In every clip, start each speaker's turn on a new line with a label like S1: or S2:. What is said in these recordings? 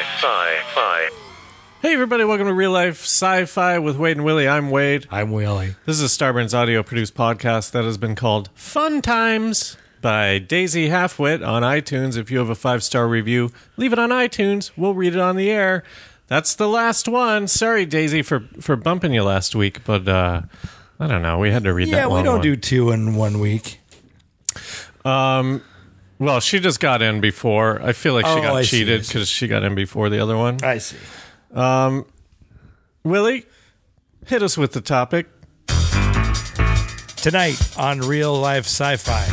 S1: Sci-fi.
S2: Hey, everybody, welcome to Real Life Sci Fi with Wade and Willie. I'm Wade.
S3: I'm Willie.
S2: This is a Starburns audio produced podcast that has been called Fun Times by Daisy Halfwit on iTunes. If you have a five star review, leave it on iTunes. We'll read it on the air. That's the last one. Sorry, Daisy, for, for bumping you last week, but uh, I don't know. We had to read that
S3: Yeah, we
S2: long
S3: don't
S2: one.
S3: do two in one week.
S2: Well, she just got in before. I feel like she
S3: Oh,
S2: got
S3: I see, I
S2: cheated
S3: see.
S2: because she got in before the other one.
S3: I see.
S2: Willie, hit us with the topic.
S3: Tonight on Real Life Sci-Fi,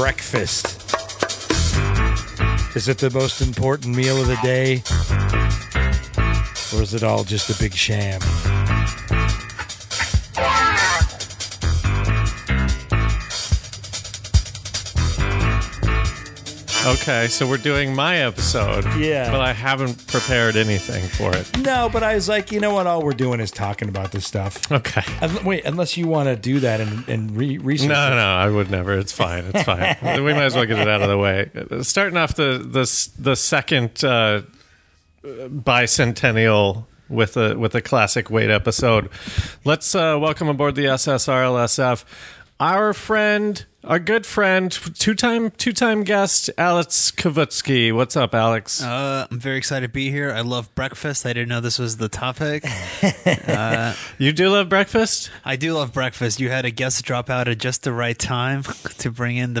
S3: breakfast. Is it the most important meal of the day, or is it all just a big sham?
S2: Okay, so we're doing my episode.
S3: Yeah.
S2: But I haven't prepared anything for it.
S3: No, but I was like, you know what? All we're doing is talking about this stuff.
S2: Okay.
S3: Un- Wait, unless you want to do that and and re- research.
S2: No,
S3: it.
S2: no, I would never. It's fine. It's fine. we might as well get it out of the way. Starting off the the the second uh, bicentennial with a with a classic weight episode. Let's uh, welcome aboard the SSRLSF our friend, our good friend, two time two time guest Alex Kavutsky. What's up, Alex?
S4: Uh, I'm very excited to be here. I love breakfast. I didn't know this was the topic.
S2: you do love breakfast?
S4: I do love breakfast. You had a guest drop out at just the right time to bring in the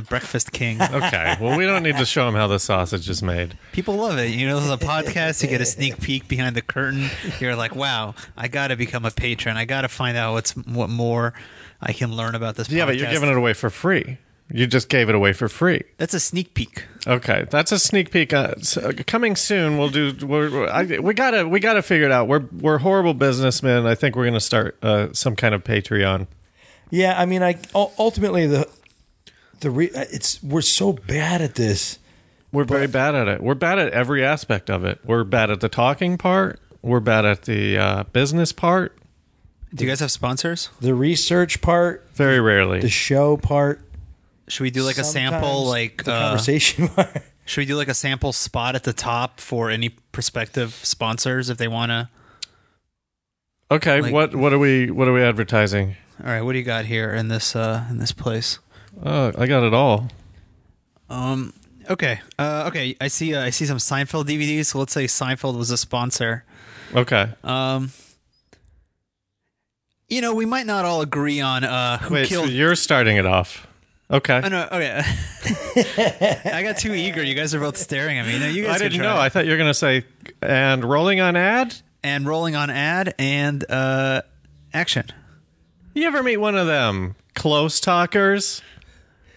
S4: breakfast king. Uh,
S2: Okay. Well, we don't need to show him how the sausage is made.
S4: People love it. You know, this is a podcast. You get a sneak peek behind the curtain. You're like, wow, I got to become a patron. I got to find out what's what more I can learn about this.
S2: Yeah, but you're giving it away for free. You just gave it away for free.
S4: That's a sneak peek.
S2: Okay, that's a sneak peek. Uh, s- uh, coming soon, we'll do. We're, we're- I, we gotta we gotta figure it out. We're we're horrible businessmen. I think we're gonna start uh, some kind of Patreon.
S3: Yeah, I mean, I u- ultimately the the re- it's we're so bad at this.
S2: We're very bad at it. We're bad at every aspect of it. We're bad at the talking part. We're bad at the uh, business part.
S4: Do you guys have sponsors?
S3: The research part,
S2: Very rarely.
S3: the show part,
S4: Should we do like a sample?
S3: Sometimes
S4: Like
S3: the
S4: uh,
S3: conversation part.
S4: should we do like a sample spot at the top for any prospective sponsors if they want to?
S2: okay,
S4: like-
S2: what what are we what are we advertising?
S4: All right, what do you got here in this uh, in this place?
S2: Uh, I got it all.
S4: Um. Okay. Uh, okay. I see. Uh, I see some Seinfeld DVDs. So let's say Seinfeld was a sponsor.
S2: Okay,
S4: Um. You know, we might not all agree on uh, who
S2: wait. So
S4: killed.
S2: you're starting it off. Okay.
S4: oh, no. Okay. I got too eager. You guys are both staring at me. No, you guys
S2: I
S4: can
S2: didn't
S4: try.
S2: know. I thought you were gonna say and rolling on ad.
S4: and rolling on ad and uh, action.
S2: You ever meet one of them close talkers?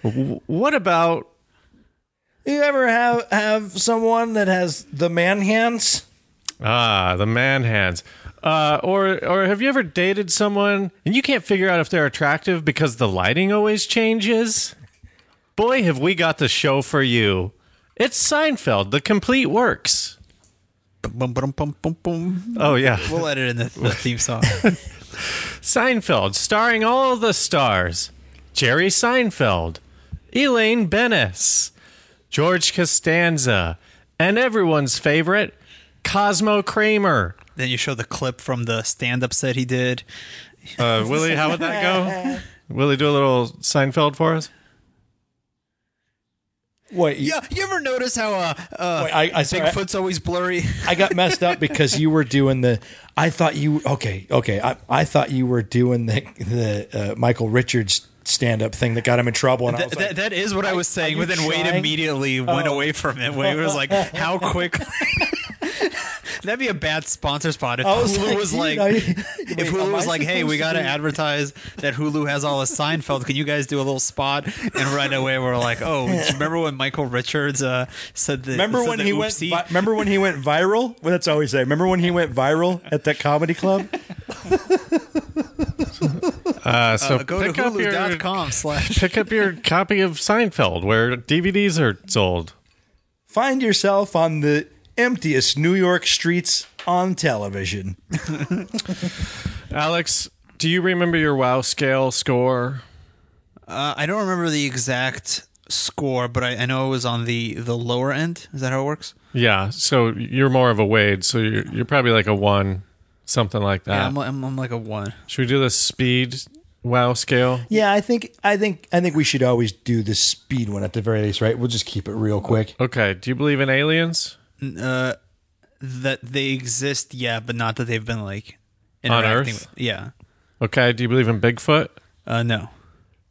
S2: W- What about
S3: You ever have have someone that has the man hands?
S2: ah the man hands? Uh, or or have you ever dated someone and you can't figure out if they're attractive because the lighting always changes? Boy, have we got the show for you! It's Seinfeld, the complete works.
S4: Boom, boom, boom, boom, boom, boom.
S2: Oh yeah,
S4: We'll edit in the, the theme song.
S2: Seinfeld, starring all the stars: Jerry Seinfeld, Elaine Bennis, George Costanza, and everyone's favorite, Cosmo Kramer.
S4: then you show the clip from the stand-up set he did.
S2: Uh, Willie, how would that go? Willie, do a little Seinfeld for us.
S3: Wait, you-
S4: Yeah, you ever notice how uh, uh
S3: Wait, I- I- sorry, I-
S4: Bigfoot's always blurry?
S3: I got messed up because you were doing the. I thought you okay, okay. I, I thought you were doing the the uh, Michael Richards stand up thing that got him in trouble, and I
S4: That,
S3: was like,
S4: that, that is what I was saying,
S3: you
S4: but then Wade
S3: trying? Oh.
S4: immediately went away from it. Wade was like, "How quick?" That'd be a bad sponsor spot if
S3: I was
S4: Hulu
S3: like,
S4: was
S3: you
S4: like,
S3: know, you- wait,
S4: if
S3: am
S4: Hulu
S3: I
S4: was like, "Hey,
S3: supposed
S4: we
S3: to
S4: got to
S3: be-
S4: advertise that Hulu has all of Seinfeld. Can you guys do a little spot?" And right away, we're like, "Oh, do you remember when Michael Richards uh, said the
S3: Remember
S4: said
S3: when
S4: the
S3: he
S4: oopsie?
S3: went? Vi- remember when he went viral? Well, that's all we say. Remember when he went viral at that comedy club?
S2: Uh, so
S4: Uh, go to
S2: pick up your
S4: Hulu.com slash
S2: pick up your copy of Seinfeld where DVDs are sold.
S3: Find yourself on the emptiest New York streets on television.
S2: Alex, do you remember your WoW scale score?
S4: Uh, I don't remember the exact score, but I, I know it was on the the lower end. Is that how it works?
S2: Yeah, so you're more of a Wade, so you're you're probably like a one, something like that.
S4: Yeah, I'm, I'm, I'm like a one.
S2: Should we do the speed wow scale?
S3: Yeah, I think I think I think we should always do the speed one at the very least, right? We'll just keep it real quick.
S2: Okay. Do you believe in aliens
S4: Uh, that they exist, yeah, but not that they've been like interacting
S2: Earth?
S4: With, yeah.
S2: Okay. Do you believe in Bigfoot,
S4: Uh, no,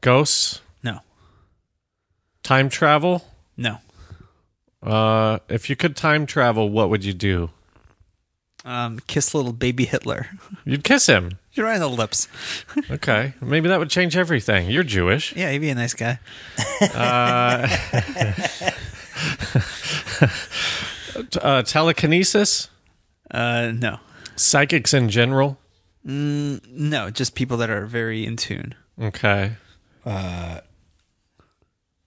S2: ghosts,
S4: no,
S2: time travel?
S4: no.
S2: Uh, if you could time travel, what would you do?
S4: Um, kiss little baby Hitler.
S2: You'd kiss him.
S4: You're right on the lips.
S2: Okay. Maybe that would change everything. You're Jewish.
S4: Yeah, he'd be a nice guy.
S2: T- Uh, telekinesis,
S4: Uh, no,
S2: psychics in general.
S4: no, just people that are very in tune.
S2: Okay. Uh,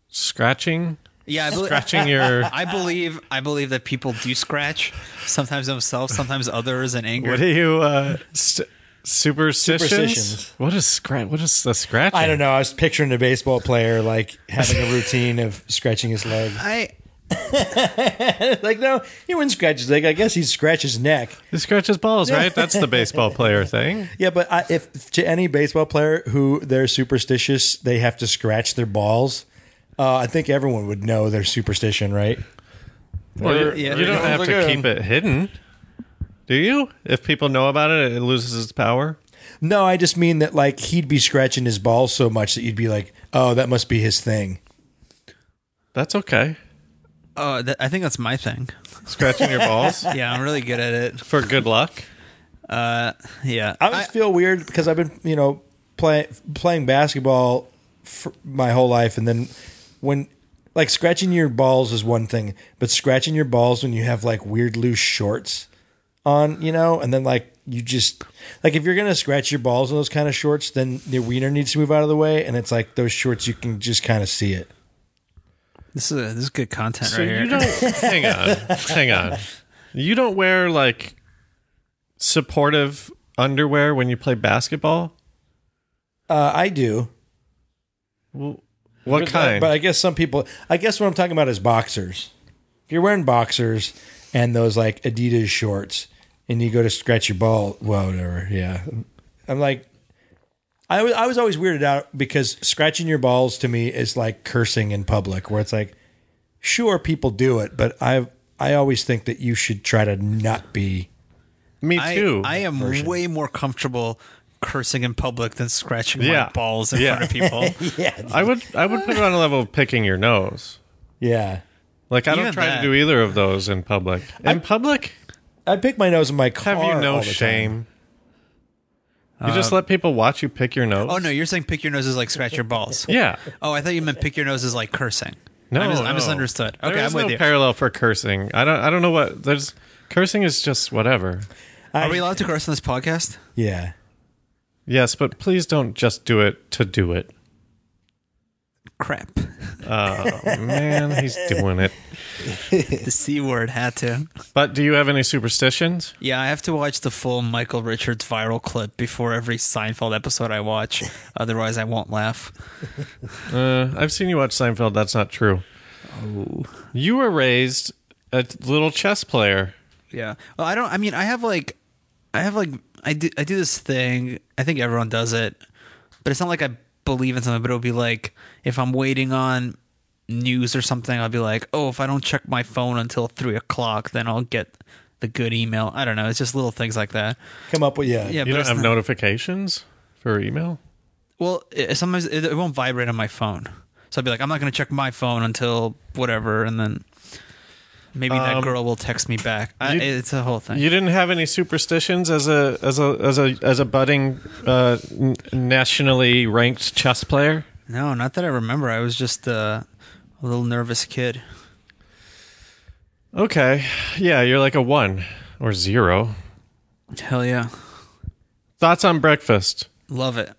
S2: scratching,
S4: Yeah, I believe.
S2: scratching your.
S4: I believe I believe that people do scratch sometimes themselves, sometimes others in anger.
S2: What are you uh st- superstitions?
S3: Superstitions.
S2: What is scratch? What is the scratching?
S3: I don't know. I was picturing a baseball player like having a routine of scratching his leg.
S4: I
S3: Like, no, he wouldn't scratch his leg. I guess he'd scratch his neck.
S2: He scratches balls, right? That's the baseball player thing.
S3: Yeah, but I, if to any baseball player who they're superstitious, they have to scratch their balls. Uh, I think everyone would know their superstition, right?
S2: Well, you,
S4: yeah.
S2: you don't
S3: Once
S2: have to
S3: again.
S2: keep it hidden, do you? If people know about it, it loses its power.
S3: No, I just mean that like he'd be scratching his balls so much that you'd be like, oh, that must be his thing.
S2: That's okay.
S4: oh, that, I think that's my thing.
S2: Scratching your balls
S4: Yeah, I'm really good at it.
S2: for good luck.
S4: Yeah,
S3: I always feel weird because I've been, you know, play, playing basketball for my whole life, and then when like scratching your balls is one thing, but scratching your balls when you have like weird loose shorts on, you know, and then like you just like if you're gonna scratch your balls in those kind of shorts, then your wiener needs to move out of the way, and it's like those shorts you can just kind of see it.
S4: this is this is good content
S2: So
S4: right here.
S2: you don't. hang on, hang on. You don't wear like supportive underwear when you play basketball.
S3: Uh, I do,
S2: Well, What kind?
S3: but I guess some people. I guess what I'm talking about is boxers. If you're wearing boxers and those like Adidas shorts, and you go to scratch your ball, well, whatever. Yeah, I'm like, I was I was always weirded out because scratching your balls to me is like cursing in public, where it's like, sure, people do it, but I I always think that you should try to not be.
S2: Me
S4: I,
S2: too.
S4: I am way more comfortable cursing in public than scratching
S2: Yeah.
S4: my balls in
S2: Yeah.
S4: front of people.
S3: Yeah,
S2: I would I would put it on a level of picking your nose.
S3: yeah.
S2: Like I
S4: Even
S2: don't try
S4: that.
S2: to do either of those in public. In public,
S3: I pick my nose in my car.
S2: have you
S3: all
S2: no
S3: the time. Uh,
S2: shame? You just let people watch you pick your nose.
S4: oh no, you're saying pick your nose is like scratch your balls.
S2: Yeah.
S4: Oh, I thought you meant pick your nose is like cursing.
S2: No,
S4: I, mis-
S2: no.
S4: I misunderstood.
S2: There
S4: Okay,
S2: is
S4: I'm with
S2: no
S4: you.
S2: parallel for cursing. I don't. I don't know what. There's cursing is just whatever.
S3: I-
S4: Are we allowed to curse on this podcast?
S3: Yeah.
S2: Yes, but please don't just do it to do it.
S4: Crap.
S2: Man, he's doing it.
S4: The c word had to.
S2: But do you have any superstitions?
S4: Yeah, I have to watch the full Michael Richards viral clip before every Seinfeld episode I watch. Otherwise, I won't laugh.
S2: Uh, I've seen you watch Seinfeld. That's not true.
S4: Oh.
S2: You were raised a little chess player.
S4: Yeah. Well, I don't. I mean, I have like, I have like, I do. I do this thing. I think everyone does it, but it's not like I believe in something. But it'll be like if I'm waiting on news or something, I'll be like, oh, if I don't check my phone until three o'clock, then I'll get the good email. I don't know. It's just little things like that.
S3: Come up with yeah.
S4: Yeah.
S2: You
S4: but
S2: don't
S4: it's
S2: have
S4: not-
S2: notifications for email?
S4: Well, it, sometimes it, it won't vibrate on my phone, so I'll be like, I'm not going to check my phone until whatever, and then maybe that
S2: Um,
S4: girl will text me back. I,
S2: you-
S4: it's a whole thing.
S2: You didn't have any superstitions as a as a as a as a budding uh, n- nationally ranked chess player.
S4: No, not that I remember. I was just uh, a little nervous kid.
S2: Okay, yeah, you're like a one or zero.
S4: Hell yeah,
S2: Thoughts on breakfast?
S4: love it.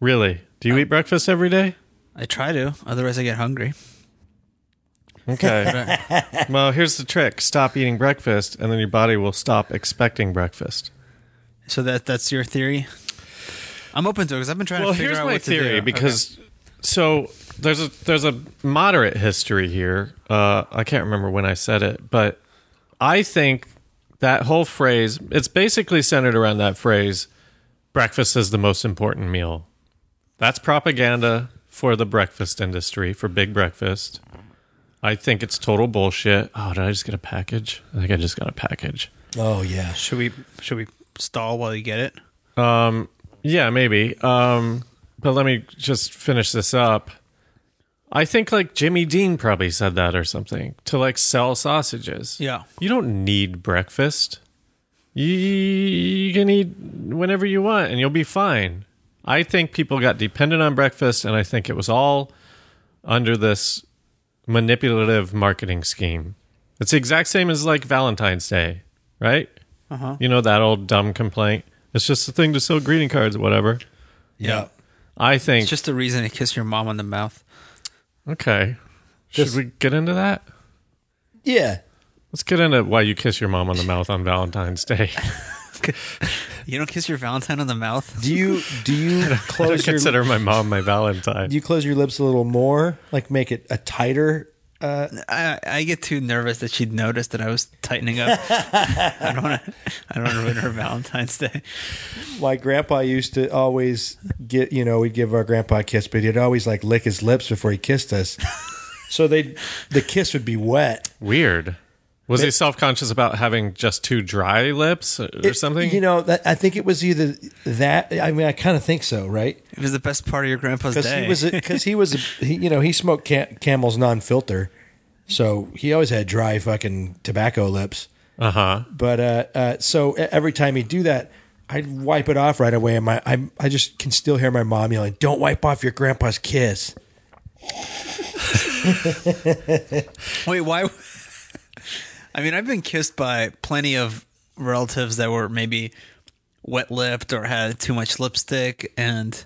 S2: Really? Do you eat breakfast every day?
S4: I try to, otherwise I get hungry.
S2: Okay. well, here's the trick: stop eating breakfast, and then your body will stop expecting breakfast.
S4: So that that's your theory. I'm open to it because I've been trying
S2: Well,
S4: to figure
S2: here's
S4: out
S2: my
S4: what
S2: theory
S4: to do.
S2: because so there's a there's a moderate history here. Uh, I can't remember when I said it, but I think that whole phrase it's basically centered around that phrase breakfast is the most important meal. That's propaganda for the breakfast industry, for big breakfast. I think it's total bullshit. Oh, did I just get a package? I think I just got a package.
S3: Oh yeah.
S4: Should we should we stall while you get it?
S2: Yeah, maybe. Um, but let me just finish this up. I think like Jimmy Dean probably said that or something to like sell sausages.
S4: Yeah.
S2: You don't need breakfast. You, you can eat whenever you want and you'll be fine. I think people got dependent on breakfast and I think it was all under this manipulative marketing scheme. It's the exact same as like Valentine's Day, right? Uh-huh. You know that old dumb complaint. It's just a thing to sell greeting cards or whatever.
S3: Yeah.
S2: I think
S4: It's just a reason to kiss your mom on the mouth.
S2: Okay. Should
S3: Just-
S2: we get into that?
S3: Yeah.
S2: Let's get into why you kiss your mom on the mouth on Valentine's Day.
S4: You don't kiss your Valentine on the mouth.
S3: Do you do you
S2: I
S3: close your
S2: consider my mom my Valentine.
S3: do you close your lips a little more? Like make it a tighter
S4: I, I get too nervous that she'd notice that I was tightening up. I don't want to. I don't want to ruin her Valentine's Day.
S3: my grandpa used to always get you know we'd give our grandpa a kiss but he'd always like lick his lips before he kissed us so they the kiss would be wet
S2: Weird. Was he self conscious about having just two dry lips or something?
S3: you know that, i think it was either that i mean i kind of think so right
S4: It was the best part of your grandpa's
S3: because
S4: day.
S3: he was because he was he, you know he smoked ca- camel's non-filter so he always had dry fucking tobacco lips
S2: uh huh.
S3: but uh, uh so e- every time he'd do that I'd wipe it off right away, and my I, I just can still hear my mom yelling, "Don't wipe off your grandpa's kiss."
S4: Wait, why? I mean, I've been kissed by plenty of relatives that were maybe wet lipped or had too much lipstick, and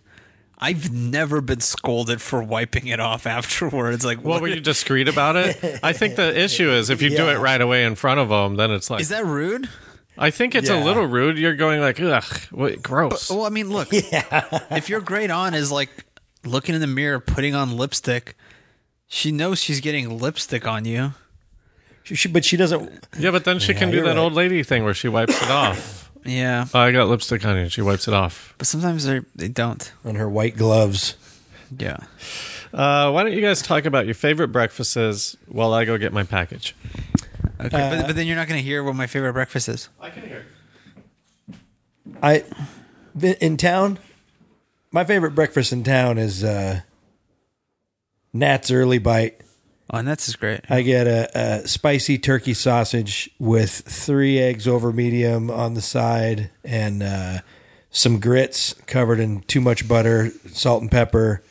S4: I've never been scolded for wiping it off afterwards. Like,
S2: Well,
S4: what
S2: were you discreet about it? I think the issue is if you do
S3: Yeah.
S2: it right away in front of them, then it's like,
S4: is that rude?
S2: I think it's a
S3: Yeah.
S2: little rude. You're going like, ugh, what, gross.
S4: Well, I mean, look, if your great aunt is like looking in the mirror, putting on lipstick, she knows she's getting lipstick on you.
S3: She, she, but she doesn't.
S2: yeah, but then she can do
S3: you're
S2: that
S3: right.
S2: old lady thing where she wipes it off.
S4: Yeah,
S2: Oh, I got lipstick on you. She wipes it off.
S4: but sometimes they they don't.
S3: on her white gloves.
S4: Yeah.
S2: Uh, why don't you guys talk about your favorite breakfasts while I go get my package?
S4: Okay, but, but then you're not going to hear what my favorite breakfast is.
S2: I can hear.
S3: I in town. My favorite breakfast in town is uh, Nat's early bite.
S4: Oh, and that's just great.
S3: I get a, a spicy turkey sausage with three eggs over medium on the side and uh, some grits covered in too much butter, salt and pepper.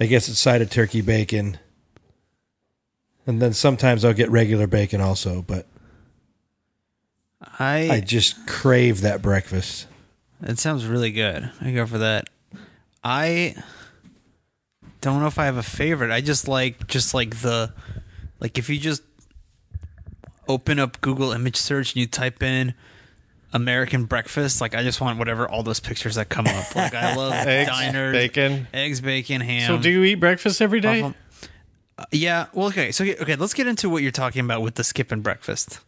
S3: I guess it's side of turkey bacon. And then sometimes I'll get regular bacon also, but I just crave that breakfast.
S4: It sounds really good. I go for that. I don't know if I have a favorite. I just like just like the like if you just open up Google image search and you type in American breakfast, like I just want whatever all those pictures that come up. Like I love
S2: Eggs,
S4: diners,
S2: bacon.
S4: eggs, bacon, ham.
S2: So, do you eat breakfast every day?
S4: Awesome. Uh, yeah. Well, okay. So okay, let's get into what you're talking about with the skipping breakfast.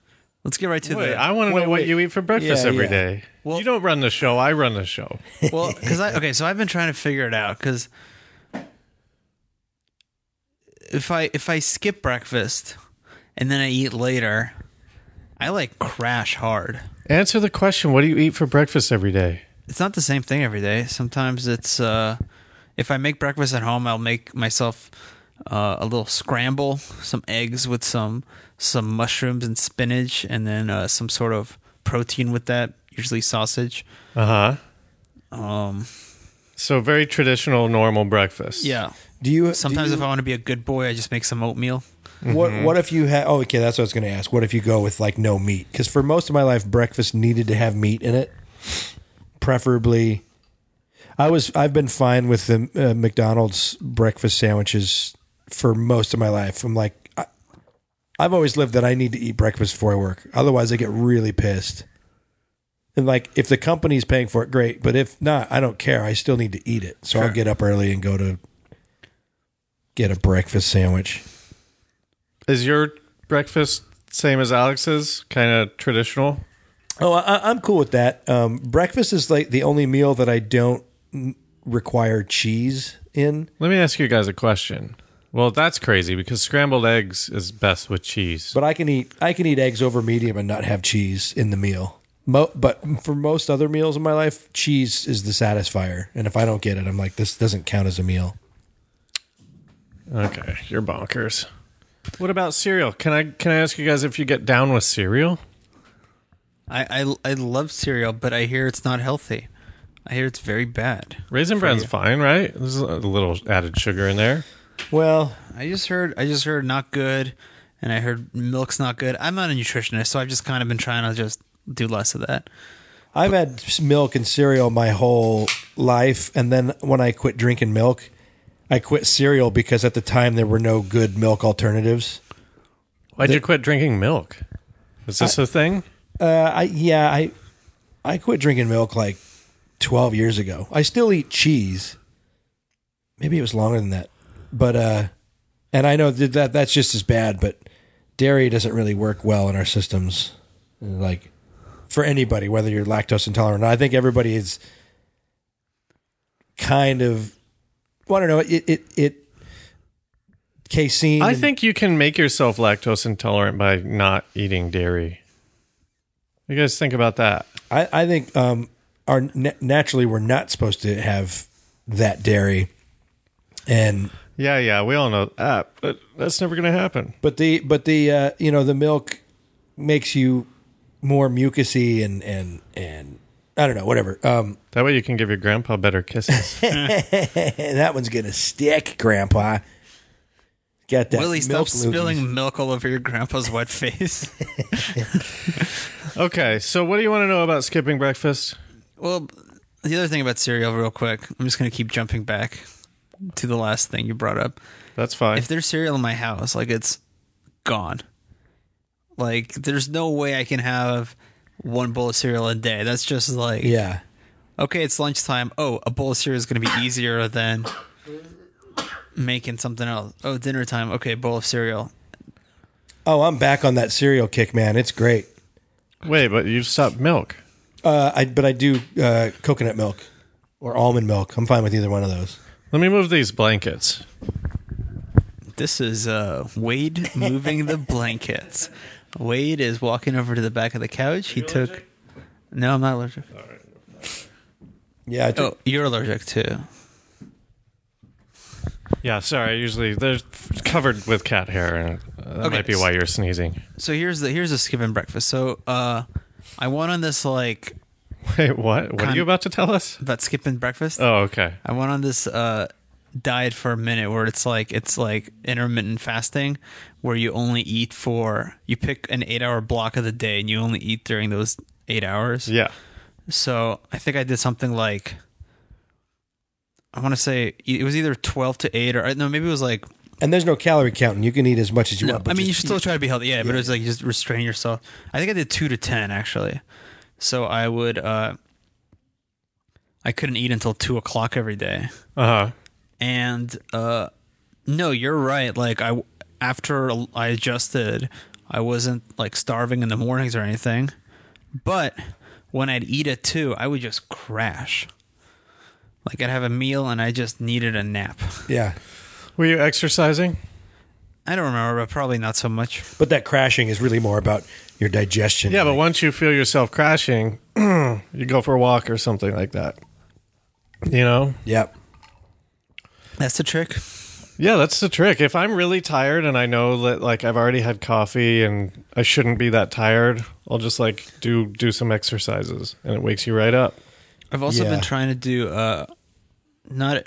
S4: Let's get right to
S2: Wait,
S4: the.
S2: I want to know what
S3: wait.
S2: you eat for breakfast
S3: Yeah,
S2: every
S3: yeah.
S2: day.
S4: Well-
S2: you don't run the show. I run the show.
S4: Well, because I okay, so I've been trying to figure it out because if I if I skip breakfast and then I eat later, I like crash hard.
S2: Answer the question. What do you eat for breakfast every day?
S4: It's not the same thing every day. Sometimes it's uh, if I make breakfast at home, I'll make myself uh, a little scramble, some eggs with some some mushrooms and spinach, and then uh, some sort of protein with that, usually sausage.
S2: Uh huh.
S4: Um,
S2: So, very traditional, normal breakfast.
S4: yeah.
S3: Do you do
S4: Sometimes
S3: you-
S4: if I want to be a good boy, I just make some oatmeal.
S3: What What if you had? Oh, okay, that's what I was going to ask. What if you go with like no meat? Because for most of my life, breakfast needed to have meat in it. Preferably, I was I've been fine with the uh, McDonald's breakfast sandwiches for most of my life. I'm like, I, I've always lived that I need to eat breakfast before I work. Otherwise, I get really pissed. And like, if the company's paying for it, great. But if not, I don't care. I still need to eat it, so I'll get up early and go to get a breakfast sandwich.
S2: Is your breakfast same as Alex's? Kind of traditional?
S3: Oh, I, I'm cool with that. Um, breakfast is like the only meal that I don't n- require cheese in.
S2: Let me ask you guys a question. Well, that's crazy because scrambled eggs is best with cheese.
S3: But I can eat I can eat eggs over medium and not have cheese in the meal. Mo- but for most other meals in my life, cheese is the satisfier. And if I don't get it, I'm like, this doesn't count as a meal.
S2: Okay, you're bonkers. What about cereal? Can I can I ask you guys if you get down with cereal?
S4: I, I I love cereal, but I hear it's not healthy. I hear it's very bad.
S2: Raisin bran's fine, right? There's a little added sugar in there.
S3: Well,
S4: I just heard I just heard not good, and I heard milk's not good. I'm not a nutritionist, so I've just kind of been trying to just do less of that.
S3: I've had milk and cereal my whole life, and then when I quit drinking milk, I quit cereal because at the time there were no good milk alternatives.
S2: Why'd you quit drinking milk? Is this a thing?
S3: Uh, I yeah, I I quit drinking milk like twelve years ago. I still eat cheese. Maybe it was longer than that, but uh, and I know that, that that's just as bad. But dairy doesn't really work well in our systems, like for anybody, whether you're lactose intolerant. or not. I think everybody is kind of. Well, I don't know. It it it casein.
S2: I
S3: and-
S2: think you can make yourself lactose intolerant by not eating dairy. You guys think about that.
S3: I, I think um, our na- naturally we're not supposed to have that dairy, and
S2: Yeah, yeah, we all know that, but that's never going to happen.
S3: but the but the uh, you know the milk makes you more mucusy and and and I don't know whatever. Um,
S2: That way you can give your grandpa better kisses.
S3: that one's gonna stick, Grandpa. Got that?
S4: Willie, stop
S3: milk
S4: spilling
S3: loogies.
S4: milk all over your grandpa's wet face.
S2: okay, so what do you want to know about skipping breakfast?
S4: well, the other thing about cereal, real quick, I'm just gonna keep jumping back to the last thing you brought up.
S2: That's fine.
S4: if there's cereal in my house, like it's gone. Like there's no way I can have one bowl of cereal a day. That's just like
S3: Yeah.
S4: okay, it's lunchtime. Oh, a bowl of cereal is going to be easier than making something else. Oh, dinner time. Okay, bowl of cereal.
S3: Oh, I'm back on that cereal kick, man. It's great.
S2: Wait, but you've stopped milk.
S3: Uh, I but I do uh, coconut milk or almond milk. I'm fine with either one of those.
S2: Let me move these blankets.
S4: This is uh, Wade moving the blankets. Wade is walking over to the back of the couch. He took. No, I'm not allergic.
S3: Yeah. I do.
S4: Oh, you're allergic too.
S2: Yeah, sorry. Usually they're covered with cat hair, and uh, that
S4: Okay,
S2: might be why you're sneezing.
S4: So here's the here's the skipping breakfast. So uh, I went on this like
S2: Wait, what? What are
S4: Con-
S2: you about to tell us?
S4: about skipping breakfast.
S2: Oh, okay.
S4: I went on this uh, diet for a minute where it's like it's like intermittent fasting, where you only eat for you pick an eight hour block of the day and you only eat during those eight hours.
S2: Yeah.
S4: So I think I did something like I want to say e, it was either twelve to eight or uh, no maybe it was like
S3: And there's no calorie counting. You can eat as much as you
S4: no,
S3: want.
S4: I
S3: but
S4: mean, you
S3: just-
S4: should still try to be healthy. Yeah, but it was like just restrain yourself. I think I did two to ten actually. So I would, uh, I couldn't eat until two o'clock every day.
S2: Uh huh.
S4: And uh, no, you're right. Like I, after I adjusted, I wasn't like starving in the mornings or anything. But when I'd eat at two, I would just crash. Like I'd have a meal and I just needed a nap.
S3: yeah.
S2: Were you exercising?
S4: I don't remember, but probably not so much.
S3: But that crashing is really more about your digestion.
S2: Yeah, but once you feel yourself crashing, you go for a walk or something like that. You know?
S3: Yep.
S4: That's the trick.
S2: Yeah, that's the trick. If I'm really tired and I know that like I've already had coffee and I shouldn't be that tired, I'll just like do do some exercises and it wakes you right up.
S4: I've also
S3: Yeah.
S4: been trying to do uh not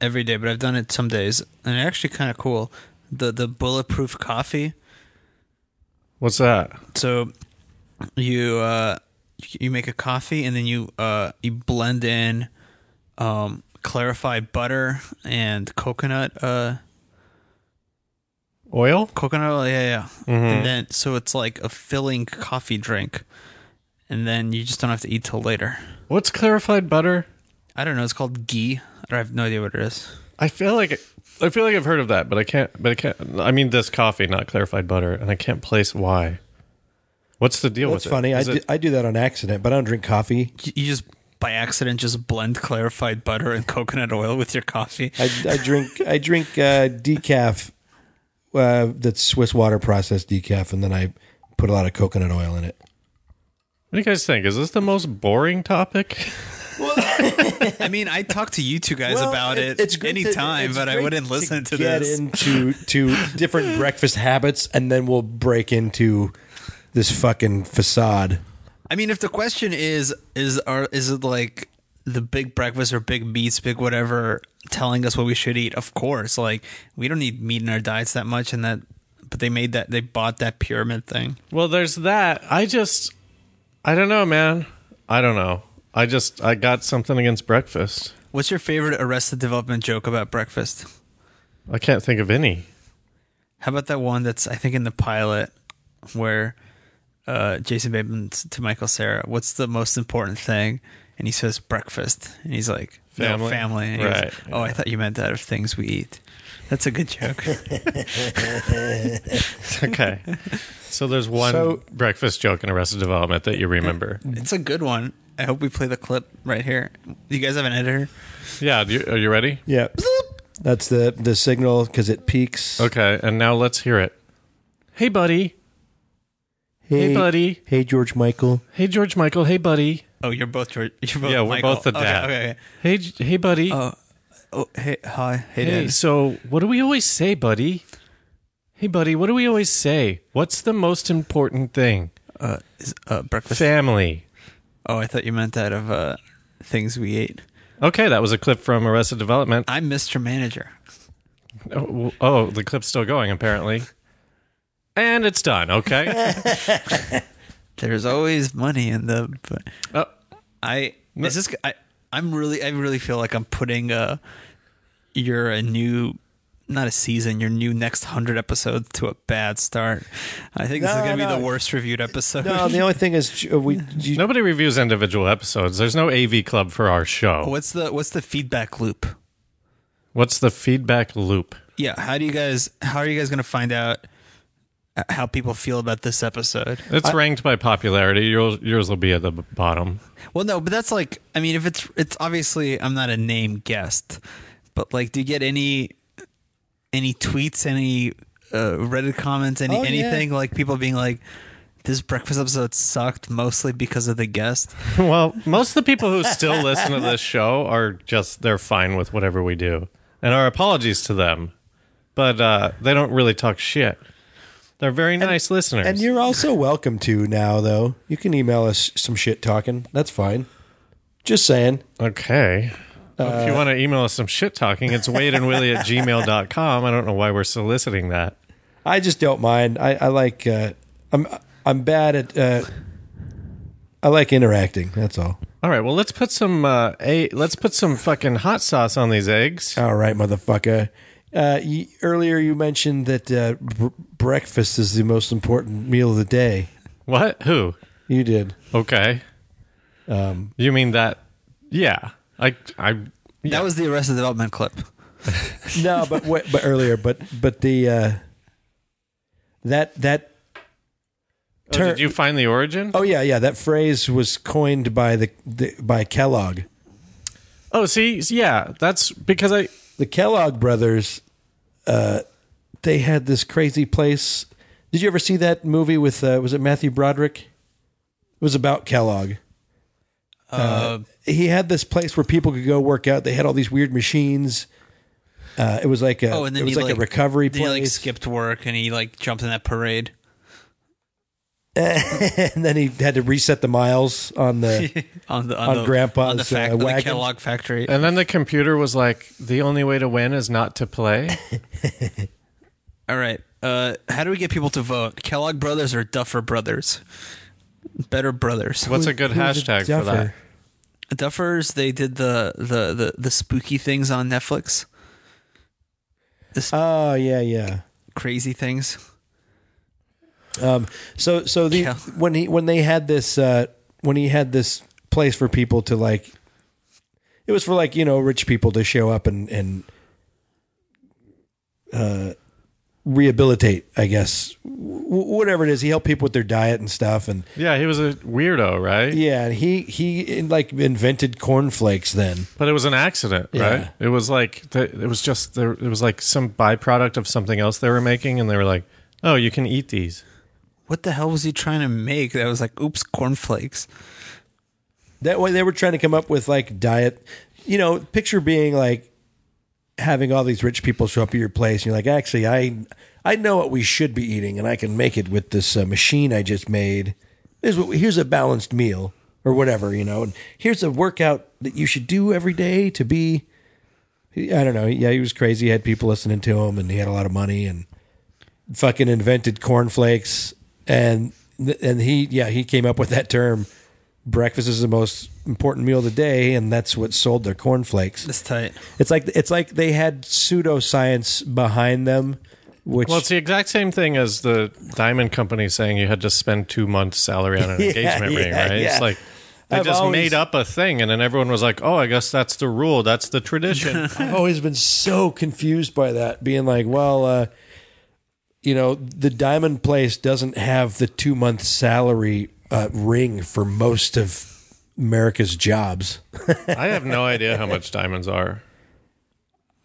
S4: every day, but I've done it some days, and it's actually kind of cool. The the bulletproof coffee.
S2: What's that?
S4: So you uh you make a coffee and then you uh you blend in um clarified butter and coconut uh
S2: Oil?
S4: coconut oil, yeah, yeah.
S3: Mm-hmm.
S4: And then so it's like a filling coffee drink. And then you just don't have to eat till later.
S2: What's clarified butter?
S4: I don't know, it's called ghee. I I have no idea what it is.
S2: I feel like I feel like I've heard of that, but I can't. But I can't. I mean, this coffee, not clarified butter, and I can't place why. What's the deal
S3: That's
S2: with
S3: funny.
S2: it?
S3: I
S2: Is
S3: do,
S2: it-
S3: I do that on accident, but I don't drink coffee.
S4: You- You just by accident just blend clarified butter and coconut oil with your coffee.
S3: I, I drink I drink uh, decaf. Uh, that's Swiss water processed decaf, and then I put a lot of coconut oil in it.
S2: what do you guys think? Is this the most boring topic?
S4: I mean, I talked to you two guys about it,
S3: to-
S4: anytime,
S3: it's
S4: but I
S3: great
S4: wouldn't listen to,
S3: get
S4: this.
S3: into to different breakfast habits, and then we'll break into this fucking facade.
S4: I mean, if the question is is are is it like the big breakfast or big meats, big whatever, telling us what we should eat? Of course, like we don't need meat in our diets that much, and that. But they made that they bought that pyramid thing.
S2: Well, there's that. I just, I don't know, man. I don't know. I just, I got something against breakfast.
S4: What's your favorite Arrested Development joke about breakfast?
S2: I can't think of any.
S4: How about that one that's I think in the pilot where uh, Jason Bateman s- to Michael Sarah, what's the most important thing? And he says breakfast, and he's like no,
S2: Family?
S4: family. And he goes,
S2: Right,
S4: oh, I thought you meant that of things we eat. That's a good joke.
S2: Okay. so there's one
S3: So-
S2: breakfast joke in Arrested Development that you remember.
S4: it's a good one. I hope we play the clip right here. You guys have an editor.
S2: Yeah. Do you, are you ready?
S3: Yeah, that's the the signal because it peaks.
S2: Okay. And now let's hear it. Hey, buddy. Hey, buddy.
S3: Hey, George Michael.
S2: Hey, George Michael. Hey, buddy.
S4: Oh, you're both George. You're both
S2: Yeah, we're
S4: Michael.
S2: both the
S4: Okay,
S2: dad.
S4: Okay. okay.
S2: Hey, J- hey, buddy.
S4: Oh, oh, hey, hi, hey,
S2: hey.
S4: dad.
S2: So, what do we always say, buddy? Hey, buddy. What do we always say? What's the most important thing?
S4: Uh, is, uh, breakfast.
S2: Family.
S4: oh, I thought you meant that of uh, things we ate.
S2: Okay, that was a clip from Arrested Development.
S4: I'm Mr. Manager.
S2: Oh, well- oh, the clip's still going, apparently. And it's done, okay?
S4: There's always money in the. But
S2: oh,
S4: I is this. I I'm really I really feel like I'm putting uh your a new not a season your new next hundred episodes to a bad start. I think this is
S3: No,
S4: gonna
S3: no.
S4: be the worst reviewed episode.
S3: No, the only thing is uh, we. You,
S2: nobody reviews individual episodes. There's no AV club for our show.
S4: What's the what's the feedback loop?
S2: What's the feedback loop?
S4: Yeah, how do you guys how are you guys gonna find out uh, how people feel about this episode?
S2: It's ranked by popularity. Yours, yours will be at the b- bottom.
S4: Well, no, but that's like I mean, if it's it's obviously I'm not a name guest, but like, do you get any any tweets, any uh, Reddit comments, any
S3: Oh, yeah.
S4: anything like people being like, this breakfast episode sucked mostly because of the guest.
S2: Well, most of the people who still listen to this show are just they're fine with whatever we do, and our apologies to them. But uh, they don't really talk shit. They're very nice listeners.
S3: and you're also welcome to now, though. You can email us some shit talking. That's fine. Just saying.
S2: Okay.
S3: Uh,
S2: if you want to email us some shit talking, it's Wade and Willie at gmail.com. I don't know why we're soliciting that.
S3: I just don't mind. I, I like. Uh, I'm I'm bad at. Uh, I like interacting. That's all.
S2: All right, well let's put some uh a let's put some fucking hot sauce on these eggs.
S3: All right, motherfucker. Uh, y earlier you mentioned that uh, br- breakfast is the most important meal of the day.
S2: What? Who?
S3: You did.
S2: Okay.
S3: Um,
S2: You mean that yeah. I I oh, yeah.
S4: That was the Arrested Development clip.
S3: no, but wa- but earlier, but but the uh, that that
S2: Oh,
S3: ter-
S2: did you find the origin?
S3: oh yeah yeah that phrase was coined by the, the by Kellogg.
S2: Oh, see, yeah, that's because I
S3: The Kellogg brothers, uh, they had this crazy place. Did you ever see that movie with uh, was it Matthew Broderick? It was about Kellogg.
S4: Uh,
S3: he had this place where people could go work out. They had all these weird machines. Uh, it was like a
S4: oh, and
S3: it
S4: then
S3: was
S4: he
S3: like, a recovery
S4: then he, like
S3: place,
S4: skipped work and he like jumped in that parade.
S3: and then he had to reset the miles on the.
S4: On the
S3: On
S4: on, the,
S3: Grandpa's,
S4: on the, fac-
S3: uh,
S4: on the
S3: wagon.
S4: Kellogg factory.
S2: and then the computer was like the only way to win is not to play.
S4: All right. Uh, how do we get people to vote? Kellogg Brothers or Duffer Brothers? Better Brothers.
S2: What's a good
S3: Who's a
S2: hashtag for that?
S3: duffer?
S4: Duffers, they did the the the, the spooky things on Netflix. The sp-
S3: Oh yeah, yeah.
S4: crazy things.
S3: Um, so so the
S4: Yeah.
S3: when he when they had this uh, when he had this place for people to like It was for like you know rich people to show up and and uh, rehabilitate, I guess, w- whatever it is. He helped people with their diet and stuff, and
S2: Yeah, he was a weirdo, right?
S3: yeah, and he he like invented cornflakes then.
S2: But it was an accident,
S3: Yeah.
S2: right? It was like the, it was just there. It was like some byproduct of something else they were making, and they were like, "Oh, you can eat these."
S4: What the hell was he trying to make? That was like, oops, cornflakes.
S3: That way they were trying to come up with like diet, you know, picture being like having all these rich people show up at your place and you're like, actually, I I know what we should be eating and I can make it with this uh, machine I just made. Here's what here's a balanced meal or whatever, you know. And here's a workout that you should do every day to be I don't know. Yeah, he was crazy. He had people listening to him and he had a lot of money and fucking invented cornflakes and and he yeah, he came up with that term breakfast is the most important meal of the day and that's what sold their cornflakes
S4: That's tight.
S3: it's like it's like they had pseudoscience behind them which
S2: Well, it's the exact same thing as the diamond company saying you had to spend two months' salary on an
S3: Yeah,
S2: engagement ring,
S3: yeah,
S2: right?
S3: yeah.
S2: It's like they
S3: I've
S2: just
S3: always-
S2: made up a thing, and then everyone was like, "Oh, I guess that's the rule. That's the tradition."
S3: I've always been so confused by that being like well uh you know the diamond place doesn't have the 2 month salary uh, ring for most of America's jobs
S2: I have no idea how much diamonds are.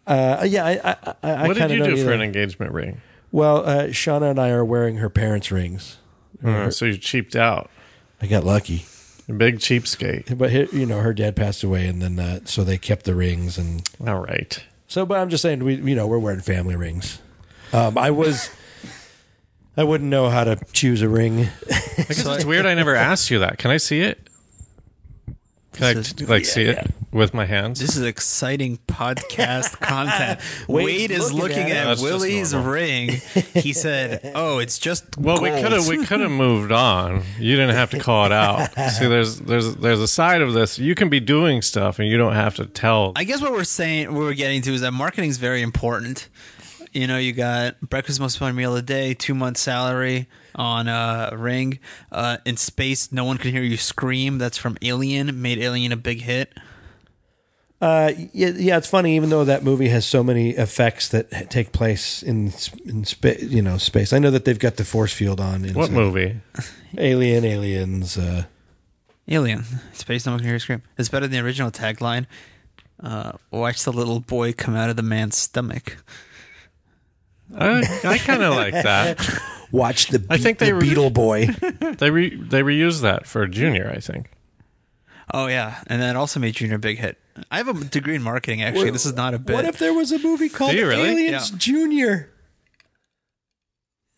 S3: uh, yeah i i i, I
S2: What did
S3: kinda
S2: you
S3: don't
S2: do for
S3: either.
S2: an engagement ring?
S3: well uh Shauna and I are wearing her parents rings Mm-hmm.
S2: Uh, so you cheaped out,
S3: I got lucky
S2: a big cheapskate.
S3: but her, you know her dad passed away and then uh, so they kept the rings and
S2: All right.
S3: So, but I'm just saying, we you know we're wearing family rings. Um, I was, I wouldn't know how to choose a ring.
S2: I guess it's weird. I never asked you that. Can I see it? Can I
S4: This is-
S2: t- like see it with my hands?
S4: This is exciting podcast content. Wade,
S3: Wade's
S4: is
S3: looking
S4: looking
S3: at it.
S4: at,
S2: That's just
S4: Willie's
S2: normal.
S4: ring. He said, "Oh, it's just
S2: Well, we
S4: gold.
S2: could have we could have moved on. You didn't have to call it out. See, there's there's there's a side of this. You can be doing stuff, and you don't have to tell.
S4: I guess what we're saying, what we're getting to, is that marketing is very important. You know, you got breakfast most fun meal a day, two months salary on a ring. Uh, in space, no one can hear you scream. That's from Alien. Made Alien a big hit.
S3: Uh, yeah, yeah, it's funny, even though that movie has so many effects that h- take place in s- in space. You know, space. I know that they've got the force field on. In
S2: what movie?
S3: Alien, aliens. Uh,
S4: Alien. Space, no one can hear you scream. It's better than the original tagline. Uh, watch the little boy come out of the man's stomach.
S2: I, I kind of like that.
S3: watch the.
S2: I think
S3: Be-
S2: they
S3: the
S2: were-
S3: Beetle Boy.
S2: They re, they reused that for Junior. I think.
S4: Oh yeah, and that also made Junior a big hit. I have a degree in marketing. Actually, this is not a bit.
S3: What if there was a movie called
S2: you really?
S3: Aliens
S4: Yeah.
S3: Junior?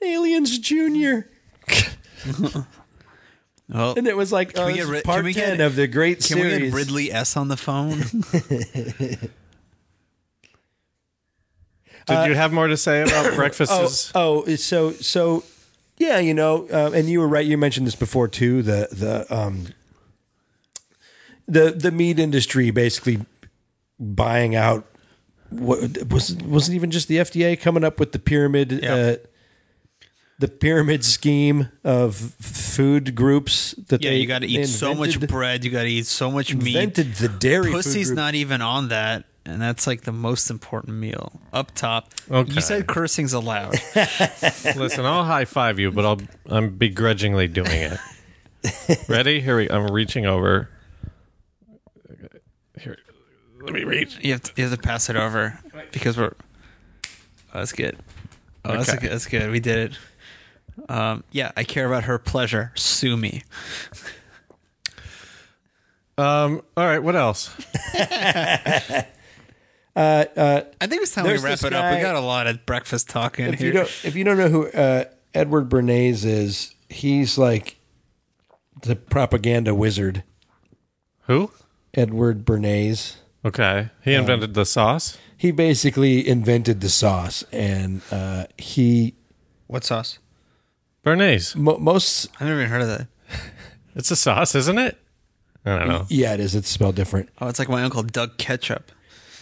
S3: Aliens Junior.
S4: well,
S3: And it was like oh,
S4: we
S3: this
S4: get
S3: is
S4: ri-
S3: part
S4: can we get-
S3: ten of the great
S4: can
S3: series.
S4: we get Ridley S on the phone? Uh,
S2: Did you have more to say about breakfast?
S3: Oh,
S2: is-
S3: oh, it's so so, yeah, you know, uh, and you were right. You mentioned this before too. The the um, the the meat industry basically buying out. What was wasn't even just the FDA coming up with the pyramid,
S4: Yeah.
S3: uh, the pyramid scheme of food groups that
S4: Yeah,
S3: they
S4: you got to eat so much
S3: invented-
S4: bread. You got to eat so much meat.
S3: Invented the dairy. food
S4: Pussy's
S3: group.
S4: not even on that, and that's like the most important meal up top.
S2: Okay.
S4: You said cursing's allowed.
S2: Listen, I'll high five you, but I'll I'm begrudgingly doing it. Ready? Here we. I'm reaching over. Here, let me reach.
S4: you, have to, you have to pass it over because we're. Oh, that's good. Oh, that's,
S2: Okay.
S4: good. that's good. We did it. Um, yeah, I care about her pleasure. Sue me.
S2: Um. All right. What else?
S4: I think it's time we
S3: There's
S4: wrap
S3: this
S4: it up.
S3: guy-
S4: We got a lot of breakfast talk in
S3: if you
S4: here.
S3: don't if you don't know who uh, Edward Bernays is, he's like the propaganda wizard.
S2: Who?
S3: Edward Bernays.
S2: Okay. He invented the sauce.
S3: He basically invented the sauce, and uh, he
S4: what sauce?
S2: Bernays.
S3: mo- most
S4: I've never even heard of that.
S2: It's a sauce, isn't it? I don't know.
S3: yeah it is it's spelled different,
S4: Oh, it's like my uncle Doug Ketchup.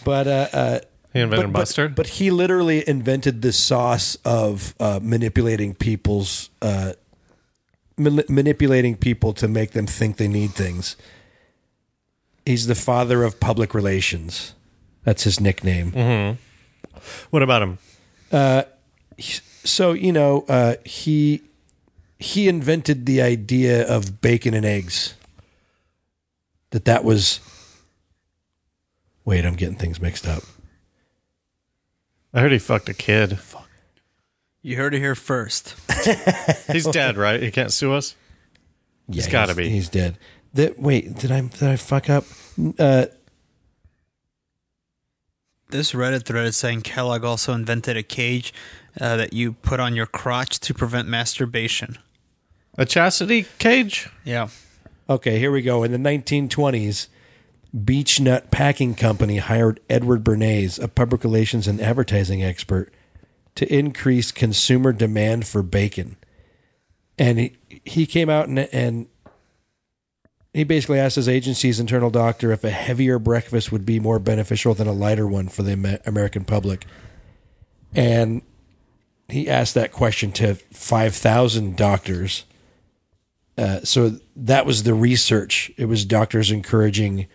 S3: but uh, uh,
S2: He invented
S3: but,
S2: mustard.
S3: but but he literally invented the sauce of uh, manipulating people's uh, mani- manipulating people to make them think they need things. He's the father of public relations. That's his nickname.
S2: Mm-hmm. What about him?
S3: So you know, uh, he he invented the idea of bacon and eggs. That that was. Wait, I'm getting things mixed up.
S2: I heard he fucked a kid.
S4: You heard it here first.
S2: He's dead, right? He can't sue us.
S3: Yeah,
S2: It's gotta be.
S3: He's dead. That wait, did I did I fuck up? Uh,
S4: This Reddit thread is saying Kellogg also invented a cage uh, that you put on your crotch to prevent masturbation.
S2: A chastity cage.
S4: Yeah.
S3: okay, here we go. In the 1920s, Beechnut Packing Company hired Edward Bernays, a public relations and advertising expert, to increase consumer demand for bacon. And he, he came out and, and he basically asked his agency's internal doctor if a heavier breakfast would be more beneficial than a lighter one for the Amer- American public. And he asked that question to 5,000 doctors. Uh, so that was the research. It was doctors encouraging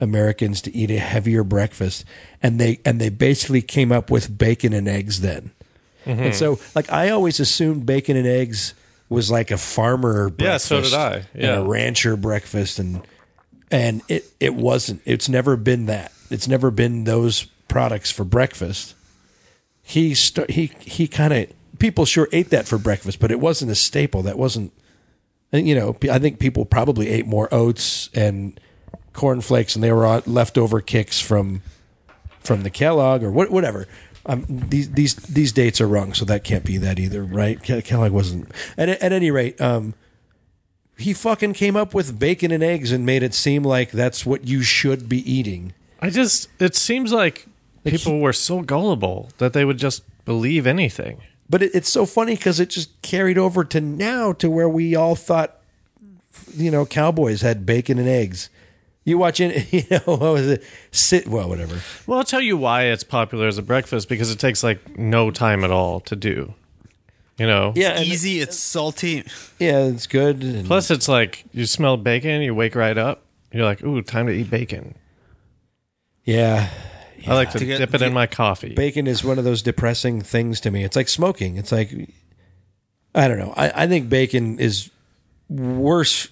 S3: Americans to eat a heavier breakfast, and they and they basically came up with bacon and eggs then.
S2: Mm-hmm.
S3: And so, like I always assumed, bacon and eggs was like a farmer.
S2: Yeah,
S3: Breakfast
S2: so did I. Yeah.
S3: and a rancher breakfast, and and it it wasn't. It's never been that. It's never been those products for breakfast he st- he he kind of people sure ate that for breakfast, but it wasn't a staple. That wasn't and, you know pe- I think people probably ate more oats and cornflakes, and they were on leftover kicks from from the Kellogg or what, whatever. Um, these these these dates are wrong, so that can't be that either, right? Ke- Kellogg wasn't. At at any rate, um, he fucking came up with bacon and eggs and made it seem like that's what you should be eating.
S2: I just. It seems like, people were so gullible that they would just believe anything.
S3: but it, it's so funny because it just carried over to now to where we all thought you know cowboys had bacon and eggs you watch in you know what was it sit well whatever
S2: Well, I'll tell you why it's popular as a breakfast because it takes like no time at all to do. You know.
S3: yeah
S4: Easy, it's salty.
S3: yeah it's good and-
S2: Plus, it's like you smell bacon, you wake right up. You're like, ooh, time to eat bacon.
S3: yeah
S2: I like to,
S4: To get-
S2: dip it
S4: to
S2: in my coffee.
S3: bacon is one of those depressing things to me it's like smoking it's like i don't know i, I think bacon is worse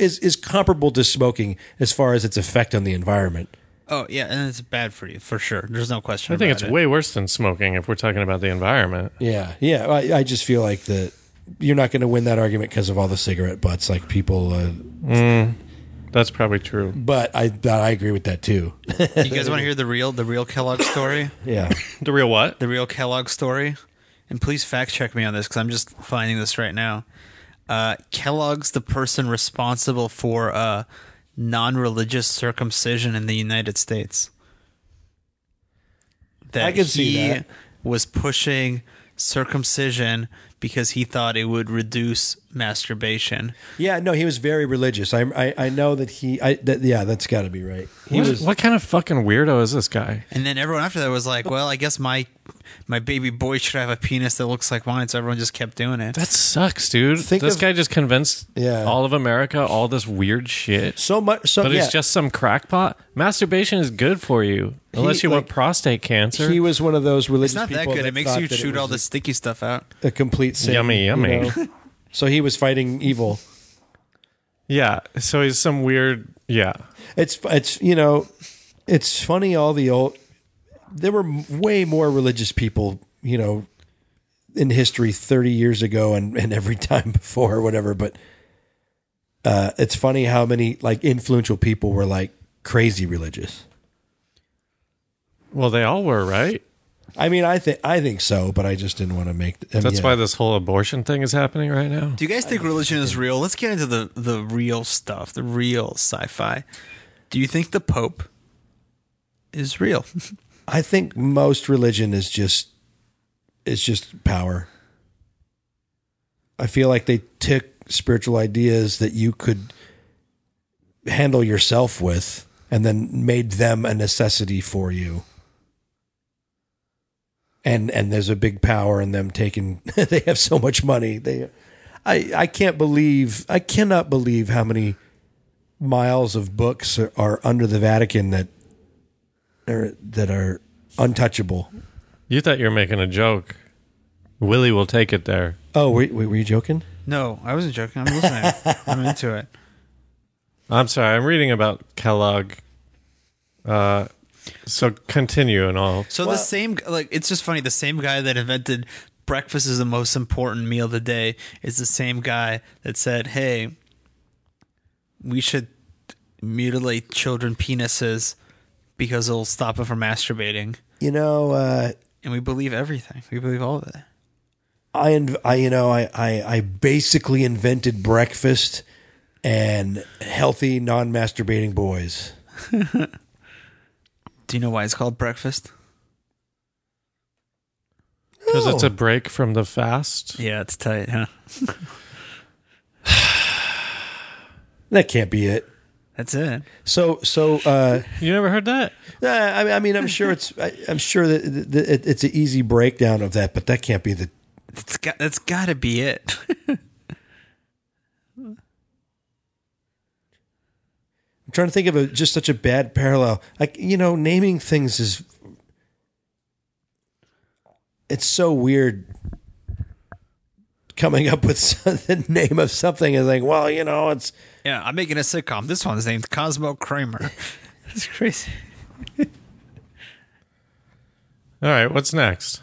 S3: is is comparable to smoking as far as its effect on the environment
S4: Oh, yeah, and it's bad for you, for sure. There's no question.
S2: I think it's way worse than smoking if we're talking about the environment.
S3: Yeah, yeah. I, I just feel like the you're not going to win that argument because of all the cigarette butts, like people. Uh,
S2: That's probably true.
S3: but I I agree with that too.
S4: You guys want to hear the real, the real Kellogg story?
S3: Yeah,
S2: The real what?
S4: the real Kellogg story? And please fact check me on this because I'm just finding this right now. Uh, Kellogg's the person responsible for uh, non-religious circumcision in the United States. That
S3: I can see
S4: he
S3: that.
S4: was pushing circumcision because he thought it would reduce masturbation.
S3: yeah. No, he was very religious. I I, I know that he. I that, yeah, that's got to be right. He
S2: what,
S3: was.
S2: what kind of fucking weirdo is this guy?
S4: And then everyone after that was like, "Well, I guess my my baby boy should have a penis that looks like mine." So everyone just kept doing it.
S2: That sucks, dude.
S3: Think
S2: this
S3: of-
S2: guy just convinced
S3: Yeah.
S2: all of America all this weird shit.
S3: So much, so
S2: But
S3: yeah,
S2: it's just some crackpot. Masturbation is good for you, unless you want
S3: like-
S2: prostate cancer.
S3: he was one of those religious.
S4: It's not that
S3: people
S4: good. It makes
S3: thought
S4: you
S3: that it
S4: shoot all the
S3: was
S4: sticky stuff out.
S3: A complete sin,
S2: Yummy, yummy.
S3: know? so he was fighting evil.
S2: yeah. So he's some weird. Yeah.
S3: It's it's you know, it's funny all the old. There were way more religious people, you know, in history thirty years ago and and every time before or whatever. But uh, it's funny how many like influential people were like crazy religious.
S2: Well, they all were right.
S3: I mean, I think I think so, but I just didn't want to make. I mean,
S2: That's
S3: yeah.
S2: why this whole abortion thing is happening right now.
S4: Do you guys think religion is real? Let's get into the the real stuff, the real sci-fi. Do you think the Pope is real?
S3: I think most religion is just it's just power. I feel like they took spiritual ideas that you could handle yourself with and then made them a necessity for you. And and there's a big power in them taking they have so much money. They I I can't believe I cannot believe how many miles of books are, are under the Vatican that are that are untouchable.
S2: You thought you were making a joke. Willie will take it there.
S3: Oh, were, were you joking?
S4: No, I wasn't joking. I'm listening. I'm into it.
S2: I'm sorry. I'm reading about Kellogg. Uh, so continue and all.
S4: So the same like it's just funny the same guy that invented breakfast is the most important meal of the day is the same guy that said, "Hey, we should mutilate children penises because it'll stop them from masturbating."
S3: You know, uh,
S4: And we believe everything. We believe all of it.
S3: I, inv- I you know I, I I basically invented breakfast and healthy non-masturbating boys.
S4: Do you know why it's called breakfast?
S2: Because it's
S3: Oh.
S2: a break from the fast.
S4: Yeah, it's tight, huh?
S3: that can't be it.
S4: That's it.
S3: So so uh,
S2: You never heard that?
S3: uh, I, mean- I mean I'm sure it's I, I'm sure that, that it, it's an easy breakdown of that, but that can't be the
S4: It's got that's got to be it.
S3: I'm trying to think of a, just such a bad parallel. Like you know, naming things is it's so weird. Coming up with some, the name of something is like, well, you know, it's
S4: yeah, I'm making a sitcom. This one's named Cosmo Kramer. It's crazy.
S2: All right. What's next?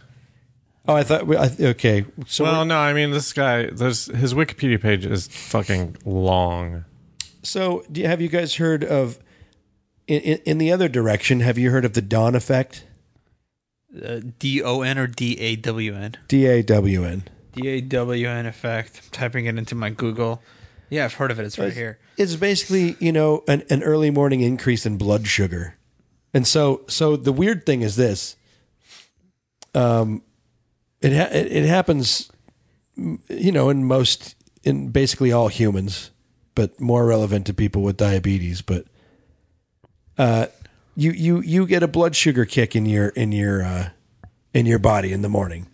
S3: oh, I thought we, I, okay. So
S2: Well,
S3: we're-
S2: no. I mean, this guy. There's his Wikipedia page is fucking long.
S3: so do you, have you guys heard of in, in, in the other direction? Have you heard of the Dawn effect?
S4: Uh, D O N or D A W N?
S3: D A W N.
S4: D A W N effect. I'm typing it into my Google. Yeah, I've heard of it. It's right here.
S3: It's basically, you know, an, an early morning increase in blood sugar. And so so the weird thing is this. Um it ha- it, it happens m- you know in most in basically all humans, but more relevant to people with diabetes, but uh you you you get a blood sugar kick in your in your uh in your body in the morning.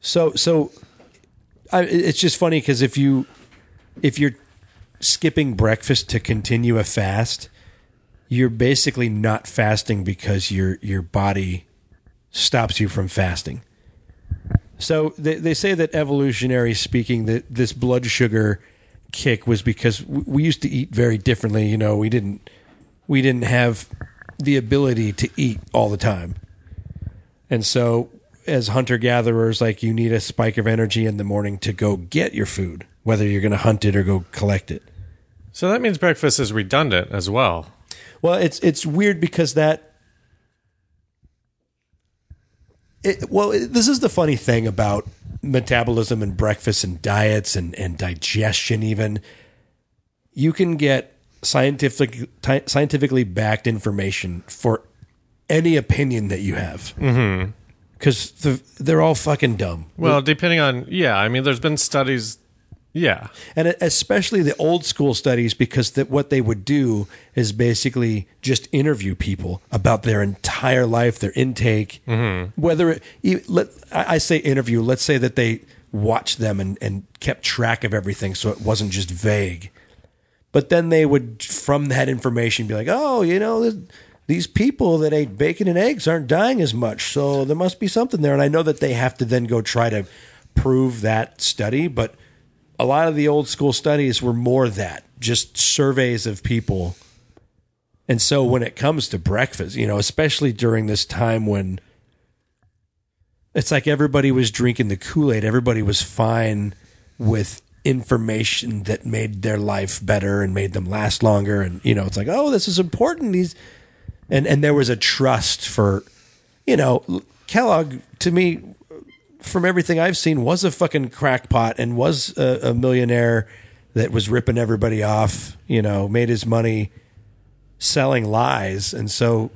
S3: So so I, it- it's just funny cuz if you if you're skipping breakfast to continue a fast, you're basically not fasting because your your body stops you from fasting. So they, they say that evolutionary speaking, that this blood sugar kick was because w- we used to eat very differently. You know, we didn't we didn't have the ability to eat all the time, and so as hunter gatherers, like you need a spike of energy in the morning to go get your food, whether you're going to hunt it or go collect it.
S2: So that means breakfast is redundant as well.
S3: Well, it's it's weird because that. It, well, it, this is the funny thing about metabolism and breakfast and diets and, and digestion. Even you can get scientific ti- scientifically backed information for any opinion that you have because the, they're all fucking dumb.
S2: Well, depending on yeah. I mean, there's been studies. Yeah.
S3: and e-, especially the old school studies because that what they would do is basically just interview people about their entire life their intake whether it e- let, i I say interview let's say that they watched them and, and kept track of everything so it wasn't just vague but then they would from that information be like oh you know th- these people that ate bacon and eggs aren't dying as much so there must be something there and i know that they have to then go try to prove that study but a lot of the old school studies were more that just surveys of people and so when it comes to breakfast you know especially during this time when it's like everybody was drinking the kool-aid everybody was fine with information that made their life better and made them last longer and you know it's like oh this is important these and and there was a trust for you know kellogg to me from everything I've seen, was a fucking crackpot and was a, a millionaire that was ripping everybody off. You know, made his money selling lies, and so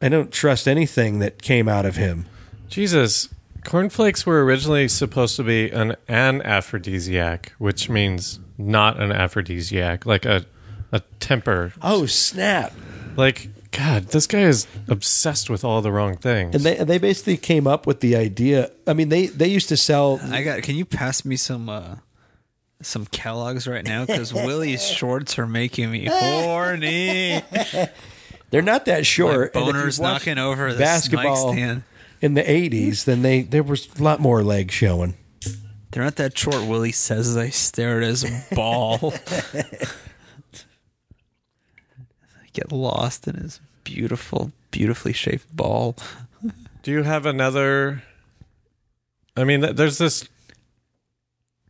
S3: I don't trust anything that came out of him.
S2: Jesus, cornflakes were originally supposed to be an anaphrodisiac, which means not an aphrodisiac, like a a temper.
S3: Oh snap!
S2: Like God, this guy is obsessed with all the wrong things.
S3: And they and they basically came up with the idea. I mean, they they used to sell.
S4: I got. Can you pass me some uh, some Kellogg's right now because Willie's shorts are making me horny.
S3: They're not that short.
S4: My
S3: and if you
S4: boner's
S3: watch
S4: knocking over this
S3: basketball
S4: mic stand.
S3: in the '80s. Then they there was a lot more legs showing.
S4: They're not that short, Willie says as I stare at his ball. I get lost in his beautiful, beautifully shaped ball.
S2: Do you have another? I mean, th- there's this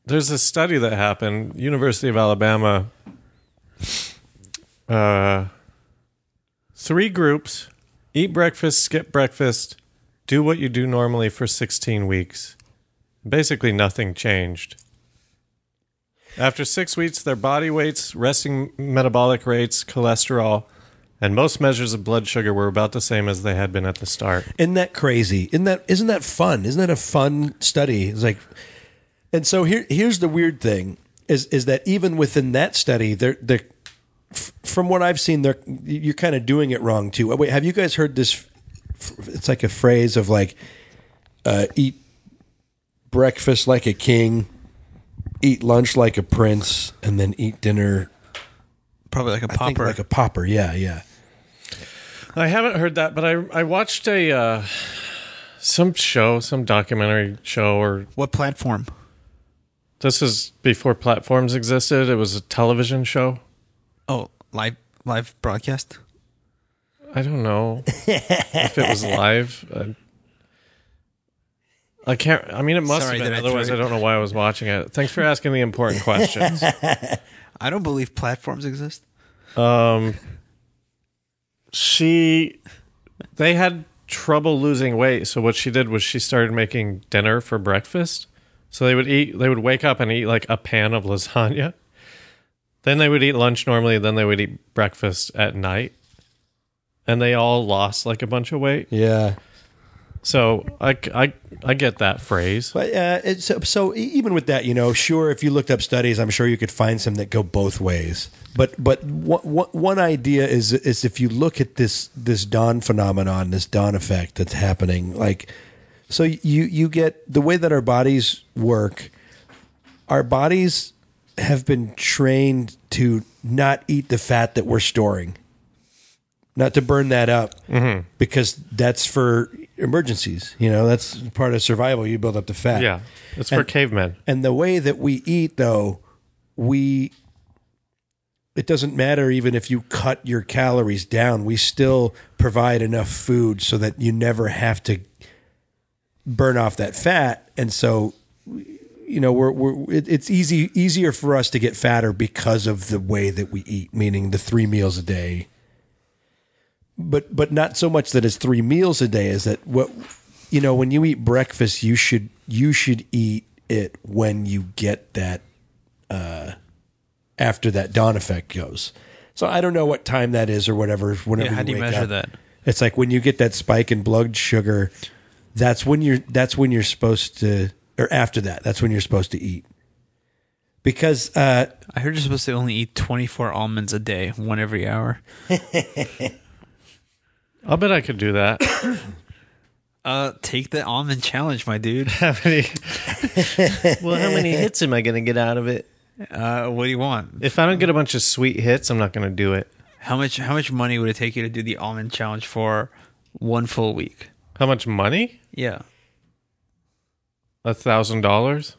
S2: there's this study that happened, University of Alabama. Uh, three groups: eat breakfast, skip breakfast, do what you do normally for 16 weeks. Basically, nothing changed. After six weeks, their body weights, resting metabolic rates, cholesterol, and most measures of blood sugar were about the same as they had been at the start.
S3: Isn't that crazy? Isn't that isn't that fun? Isn't that a fun study? It's like, and so here here's the weird thing is is that even within that study, they're they're f- from what I've seen, they're you're kind of doing it wrong too. Oh, Wait, have you guys heard this? f- It's like a phrase of like, uh, eat breakfast like a king, eat lunch like a prince, and then eat dinner
S4: Probably like a
S3: I think,
S4: popper.
S3: like a popper. Yeah, yeah.
S2: I haven't heard that, but I I watched a uh, some show, some documentary show, or
S4: what platform?
S2: this is before platforms existed. It was a television show.
S4: Oh, live live broadcast?
S2: I don't know if it was live. I, I can't. I mean, it must
S4: Sorry,
S2: have
S4: did
S2: been.
S4: I
S2: Otherwise,
S4: throw
S2: I
S4: you-
S2: don't know why I was watching it. Thanks for asking the important questions.
S4: I don't believe platforms exist.
S2: Um, she, they had trouble losing weight, so what she did was she started making dinner for breakfast. So they would eat, they would wake up and eat like a pan of lasagna. Then they would eat lunch normally. Then they would eat breakfast at night, and they all lost like a bunch of weight.
S3: Yeah.
S2: So I, I, I get that phrase.
S3: But uh, it's so, so e- even with that, you know, sure, if you looked up studies, I'm sure you could find some that go both ways. But but one, one- one idea is is if you look at this this dawn phenomenon, this dawn effect that's happening, like so you you get the way that our bodies work. Our bodies have been trained to not eat the fat that we're storing, not to burn that up because that's for emergencies. You know, that's part of survival. You build up the fat.
S2: Yeah, it's for
S3: And-
S2: cavemen.
S3: And the way that we eat, though, we it doesn't matter even if you cut your calories down. We still provide enough food so that you never have to burn off that fat. And so, you know, we're, we're it, it's easy easier for us to get fatter because of the way that we eat, meaning the three meals a day. But but not so much that it's three meals a day is that what you know when you eat breakfast you should you should eat it when you get that uh, after that dawn effect goes. So I don't know what time that is or whatever. Whenever
S4: Yeah, how do you
S3: wake
S4: measure
S3: up.
S4: that?
S3: It's like when you get that spike in blood sugar. That's when you're. That's when you're supposed to, or after that. That's when you're supposed to eat. Because uh,
S4: I heard you're supposed to only eat 24 almonds a day, one every hour.
S2: I'll bet I could do that.
S4: Uh, take the almond challenge, my dude.
S2: How many? well, how many hits am I going to get out of it?
S4: Uh, what do you want?
S2: If I don't get a bunch of sweet hits, I'm not going to do it.
S4: How much? How much money would it take you to do the almond challenge for one full week?
S2: How much money?
S4: Yeah,
S2: A thousand dollars?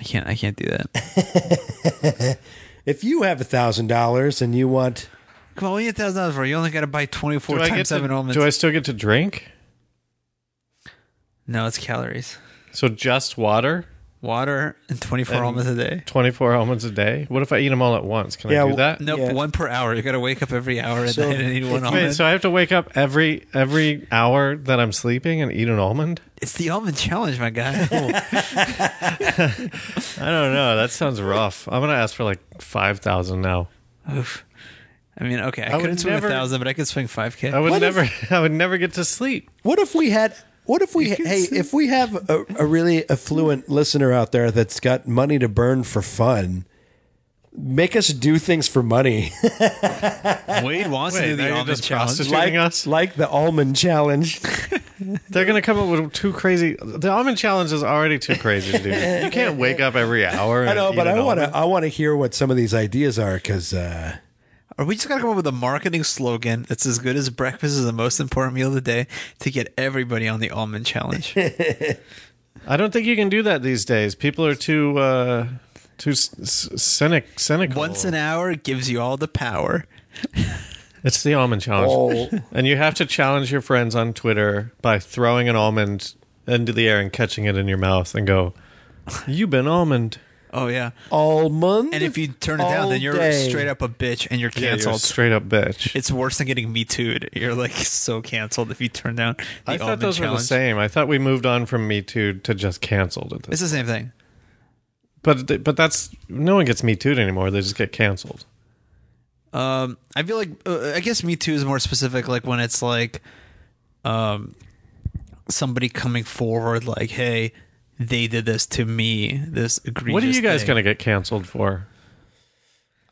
S4: I can't. I can't do that.
S3: if you have a thousand dollars and you want,
S4: Come on, what you get thousand dollars for? You only got to buy 24
S2: Do I get
S4: times seven
S2: to,
S4: almonds.
S2: Do I still get to drink?
S4: no, it's calories.
S2: So just water,
S4: Water and 24
S2: And-
S4: almonds a day.
S2: twenty four almonds a day. What if I eat them all at once? Can
S3: Yeah,
S2: I do that?
S4: Nope,
S3: Yeah.
S4: one per hour. You got to wake up every hour and
S3: So,
S4: then eat one
S3: if-
S4: almond.
S2: Wait, so I have to wake up every every hour that I'm sleeping and eat an almond?
S4: it's the almond challenge, my guy.
S2: I don't know. That sounds rough. I'm gonna ask for like five thousand now.
S4: Oof. I mean, okay, I,
S2: would
S4: couldn't swing
S2: never-
S4: a thousand, but I could swing 5k.
S2: I would
S3: What if-
S2: never. I would never get to sleep.
S3: what if we had? What if we? Hey, if we have a, a really affluent listener out there that's got money to burn for fun, make us do things for money.
S4: Wade wants to
S2: Wait, now
S4: do the
S2: you're
S4: almond
S2: just
S4: challenge.
S2: prostituting
S3: like
S2: us?
S3: like the almond challenge.
S2: They're gonna come up with two crazy. The almond challenge is already too crazy to do. You can't wake up every hour. And
S3: I know,
S2: eat
S3: but
S2: an
S3: I want
S2: almond.
S3: to. I want to hear what some of these ideas are because uh,
S4: Or we just gotta come up with a marketing slogan that's as good as breakfast is the most important meal of the day to get everybody on the almond challenge.
S2: I don't think you can do that these days. People are too uh, too s- s- cynic cynical.
S4: Once an hour gives you all the power.
S2: It's the almond challenge.
S3: Oh.
S2: And you have to challenge your friends on Twitter by throwing an almond into the air and catching it in your mouth and go, You've been almond.
S4: Oh yeah.
S3: almond.
S4: And if you turn it
S3: all
S4: down, then you're
S3: day.
S4: straight up a bitch and you're
S2: Yeah, you're a
S4: canceled.
S2: straight up bitch.
S4: it's worse than getting me too'd. You're like so canceled if you turn down the
S2: I thought
S4: almond
S2: those were
S4: challenge.
S2: the same. I thought we moved on from Me Too to just canceled at this.
S4: It's the same thing.
S2: But th- but that's no one gets Me Too anymore. They just get canceled.
S4: Um, I feel like uh, I guess Me Too is more specific, like when it's like, um, somebody coming forward, like, "Hey, they did this to me. This egregious."
S2: What are you guys
S4: thing.
S2: going to get canceled for?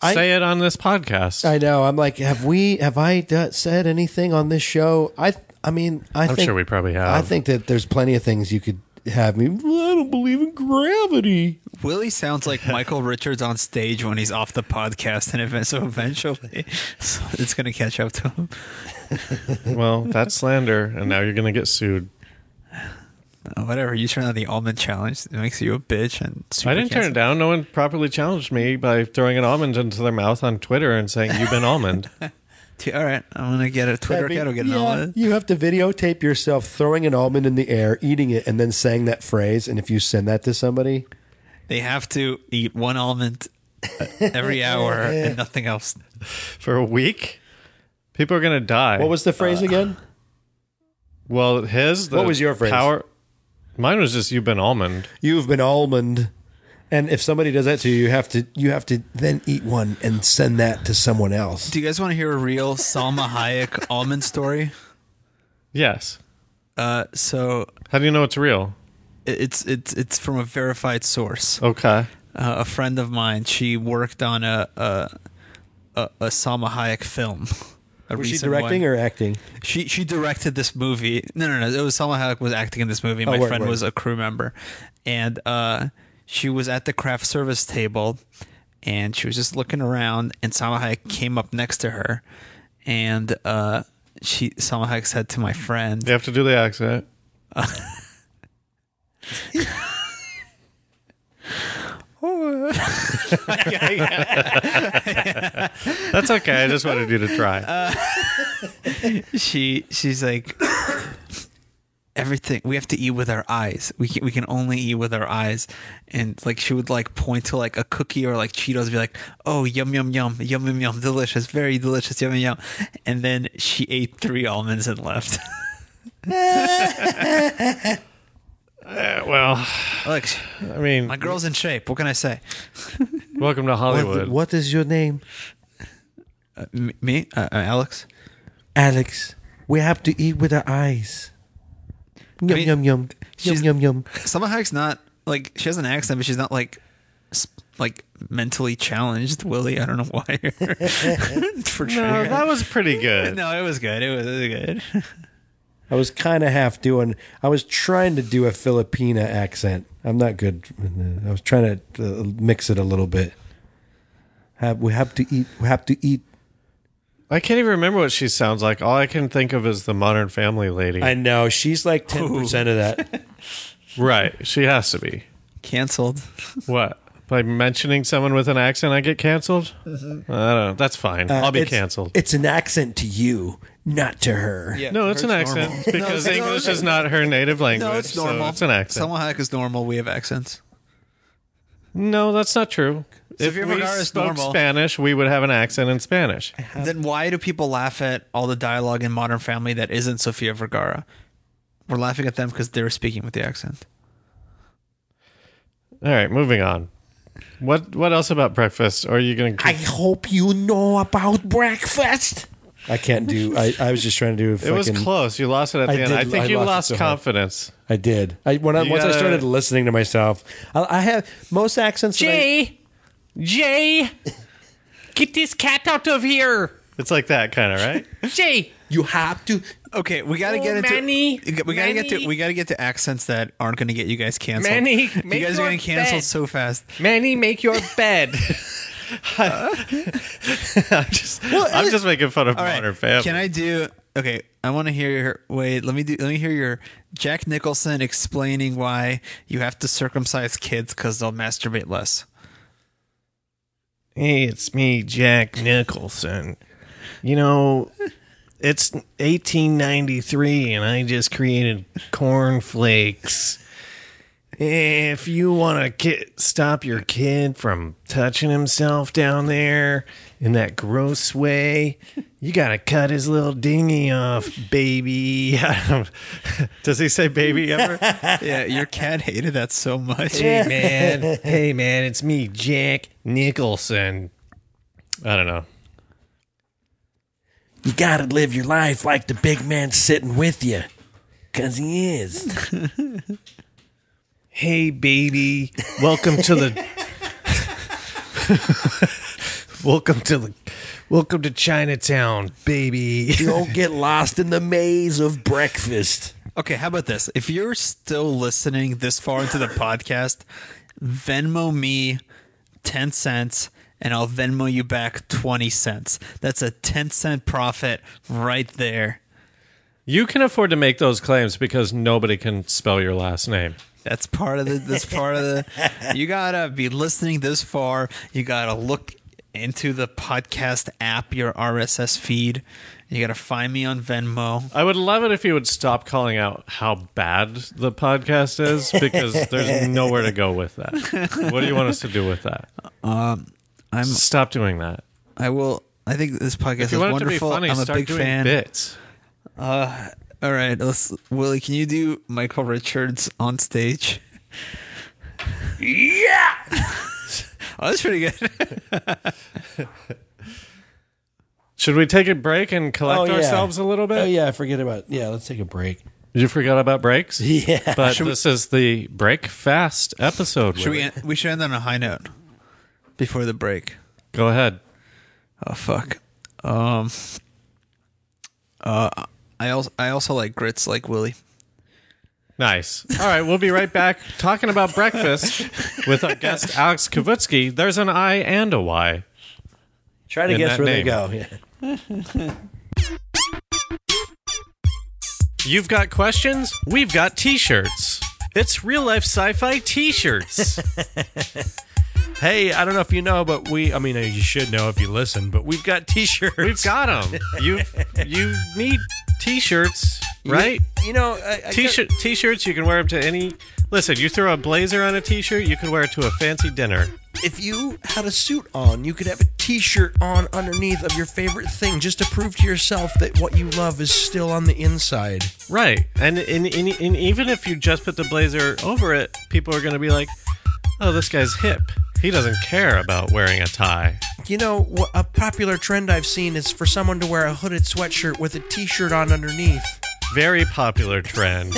S3: I-
S2: Say it on this podcast.
S3: I know. I'm like, have we? Have I d- said anything on this show? I. I mean, I
S2: I'm
S3: think
S2: sure we probably have.
S3: I think that there's plenty of things you could have me. "Well, I don't believe in gravity.
S4: Willie sounds like Michael Richards on stage when he's off the podcast, and event, so eventually, so it's gonna catch up to him.
S2: well, that's slander, and now you're going to get sued.
S4: Uh, whatever. You turn on the almond challenge, it makes you a bitch, and super
S2: I didn't turn it
S4: canceled.
S2: down. No one properly challenged me by throwing an almond into their mouth on Twitter and saying, You've been almond.
S4: All right, I'm gonna get a Twitter account. I'll get an
S3: Yeah,
S4: almond.
S3: You have to videotape yourself throwing an almond in the air, eating it, and then saying that phrase. And if you send that to somebody,
S4: They have to eat one almond uh, every hour and nothing else.
S2: For a week? People are going to die.
S3: what was the phrase again?
S2: well, his. the
S3: What was your phrase?
S2: Power, mine was just, You've been almond.
S3: You've been almond. And if somebody does that to you, you have to you have to then eat one and send that to someone else.
S4: Do you guys want to hear a real Salma Hayek almond story?
S2: Yes.
S4: Uh, so
S2: How do you know it's real?
S4: it- it's it's it's from a verified source.
S2: Okay.
S4: Uh, a friend of mine, she worked on a a, a, a Salma Hayek film. A
S3: Was she
S4: recent
S3: directing
S4: one.
S3: or acting?
S4: She she directed this movie. No, no, no. It was Salma Hayek was acting in this movie. and
S3: Oh,
S4: My
S3: word,
S4: friend
S3: word.
S4: was a crew member, and uh, she was at the craft service table, and she was just looking around, and Salma Hayek came up next to her, and uh, she Salma Hayek said to my friend,
S2: You have to do the accent. That's okay. I just wanted you to try.
S3: Uh,
S4: she she's like everything we have to eat with our eyes we can, we can only eat with our eyes and like she would like point to like a cookie or like cheetos and be like oh yum yum yum yum yum yum delicious very delicious yum yum yum and then she ate three almonds and left
S2: Uh, well,
S4: look
S2: I mean,
S4: my girl's in shape what can i say
S2: welcome to Hollywood.
S3: what is your name?
S4: uh, m- me uh, uh, alex
S3: Alex, we have to eat with our eyes. Yum
S4: mean,
S3: yum yum. Yum
S4: she's-
S3: yum yum.
S4: Salma Hayek's not like she has an accent but she's not like sp- like mentally challenged willie i don't know why for
S2: No,
S4: trying.
S2: that was pretty good.
S4: No, it was good. It was, it was good.
S3: I was kind of half doing. I was trying to do a Filipina accent. I'm not good. I was trying to uh, mix it a little bit. Have, we have to eat. We have to eat.
S2: I can't even remember what she sounds like. All I can think of is the Modern Family lady.
S3: I know she's like ten percent of that.
S2: right. She has to be.
S4: Canceled.
S2: What? By mentioning someone with an accent, I get canceled? I don't know. That's fine. I'll be
S3: Uh, It's-
S2: canceled.
S3: It's an accent to you, not to her.
S2: no, it's an accent because English is not her native language.
S4: No, it's
S2: so
S4: normal.
S2: it's an accent.
S4: Salma Hayek is normal. We have accents.
S2: No, that's not true. if
S4: Sofia
S2: we
S4: Vergara is
S2: spoke
S4: normal.
S2: Spanish, we would have an accent in Spanish.
S4: Then why do people laugh at all the dialogue in Modern Family that isn't Sofia Vergara? We're laughing at them because they're speaking with the accent.
S2: All right, moving on. What what else about breakfast? Or are you going to?
S1: I hope you know about breakfast.
S3: I can't do. I, I was just trying to do. A
S2: It
S3: fucking,
S2: was close. You lost it at the
S3: I
S2: end.
S3: did-
S2: I think
S3: I
S2: you
S3: lost it
S2: lost,
S3: so hard.
S2: confidence.
S3: I did. I when I,
S2: You
S3: once I
S2: gotta-
S3: started listening to myself, I, I have most accents. that I-
S1: Jay, Jay, get this cat out of here.
S2: It's like that kind of right.
S1: Jay,
S3: you have to
S4: Okay, we gotta
S1: Oh,
S4: get into
S1: Manny,
S4: we gotta get to
S1: Manny.
S4: we gotta get to accents that aren't gonna get you guys canceled.
S1: Manny,
S4: you
S1: make
S4: guys are
S1: your
S4: getting canceled
S1: bed.
S4: so fast.
S1: Manny, make your bed.
S2: I'm just, I'm just making fun of
S4: All right,
S2: Modern Family.
S4: can I do? Okay, I want to hear your wait. Let me do. Let me hear your Jack Nicholson explaining why you have to circumcise kids because they'll masturbate less.
S2: Hey, it's me, Jack Nicholson. You know, it's 1893 and I just created cornflakes. If you want to ki- stop your kid from touching himself down there in that gross way, you got to cut his little dinghy off, baby. Does he say baby ever?
S4: Yeah, your cat hated that so much.
S2: hey man, hey man, it's me, Jack Nicholson. I don't know.
S5: You gotta live your life like the big man sitting with you. Cause he is.
S2: Hey baby, welcome to the welcome to the welcome to Chinatown, baby.
S5: Don't get lost in the maze of breakfast.
S4: Okay, how about this? If you're still listening this far into the podcast, Venmo me 10 cents and I'll Venmo you back 20 cents. That's a 10 cent profit right there.
S2: You can afford to make those claims because nobody can spell your last name.
S4: That's part of the that's part of the you gotta be listening this far. You gotta look into the podcast app, your RSS feed. You gotta find me on Venmo.
S2: I would love it if you would stop calling out how bad the podcast is because there's nowhere to go with that. What do you want us to do with that?
S4: I'm
S2: Stop doing that.
S4: I will I think this podcast
S2: If you
S4: is
S2: want it to be
S4: wonderful.
S2: funny,
S4: I'm a
S2: start
S4: big
S2: doing
S4: fan.
S2: bits.
S4: All right, let's Willie. Can you do Michael Richards on stage? Yeah. oh, that's pretty good.
S2: Should we take a break and collect
S3: Oh, yeah.
S2: ourselves a little bit?
S3: Oh yeah, forget about. Yeah, let's take a break.
S2: You forgot about breaks?
S3: Yeah.
S2: But this is the break fast episode.
S4: Should we?
S2: Willie.
S4: End, we should end on a high note before the break.
S2: Go ahead.
S4: Oh fuck. Um. Uh, I also I also like grits like Willie.
S2: Nice. All right, we'll be right back talking about breakfast with our guest Alex Kavutsky. There's an I and a Y.
S3: Try to
S2: In
S3: guess
S2: that
S3: where they
S2: name.
S3: go. Yeah.
S2: You've got questions? We've got t-shirts. It's real life sci-fi t-shirts.
S5: Hey, I don't know if you know, but we, I mean, you should know if you listen, but we've got t shirts.
S2: We've got them. You you need t-shirts, right?
S5: You know,
S3: uh,
S5: I, I
S2: T-shirt, t-shirts. You can wear them to any. Listen, you throw a blazer on a t-shirt, you can wear it to a fancy dinner.
S5: if you had a suit on, you could have a t-shirt on underneath of your favorite thing just to prove to yourself that what you love is still on the inside.
S2: Right. And and, and, and even if you just put the blazer over it, people are going to be like, oh, this guy's hip. He doesn't care about wearing a tie.
S5: You know, what a popular trend I've seen is for someone to wear a hooded sweatshirt with a t-shirt on underneath.
S2: Very popular trend.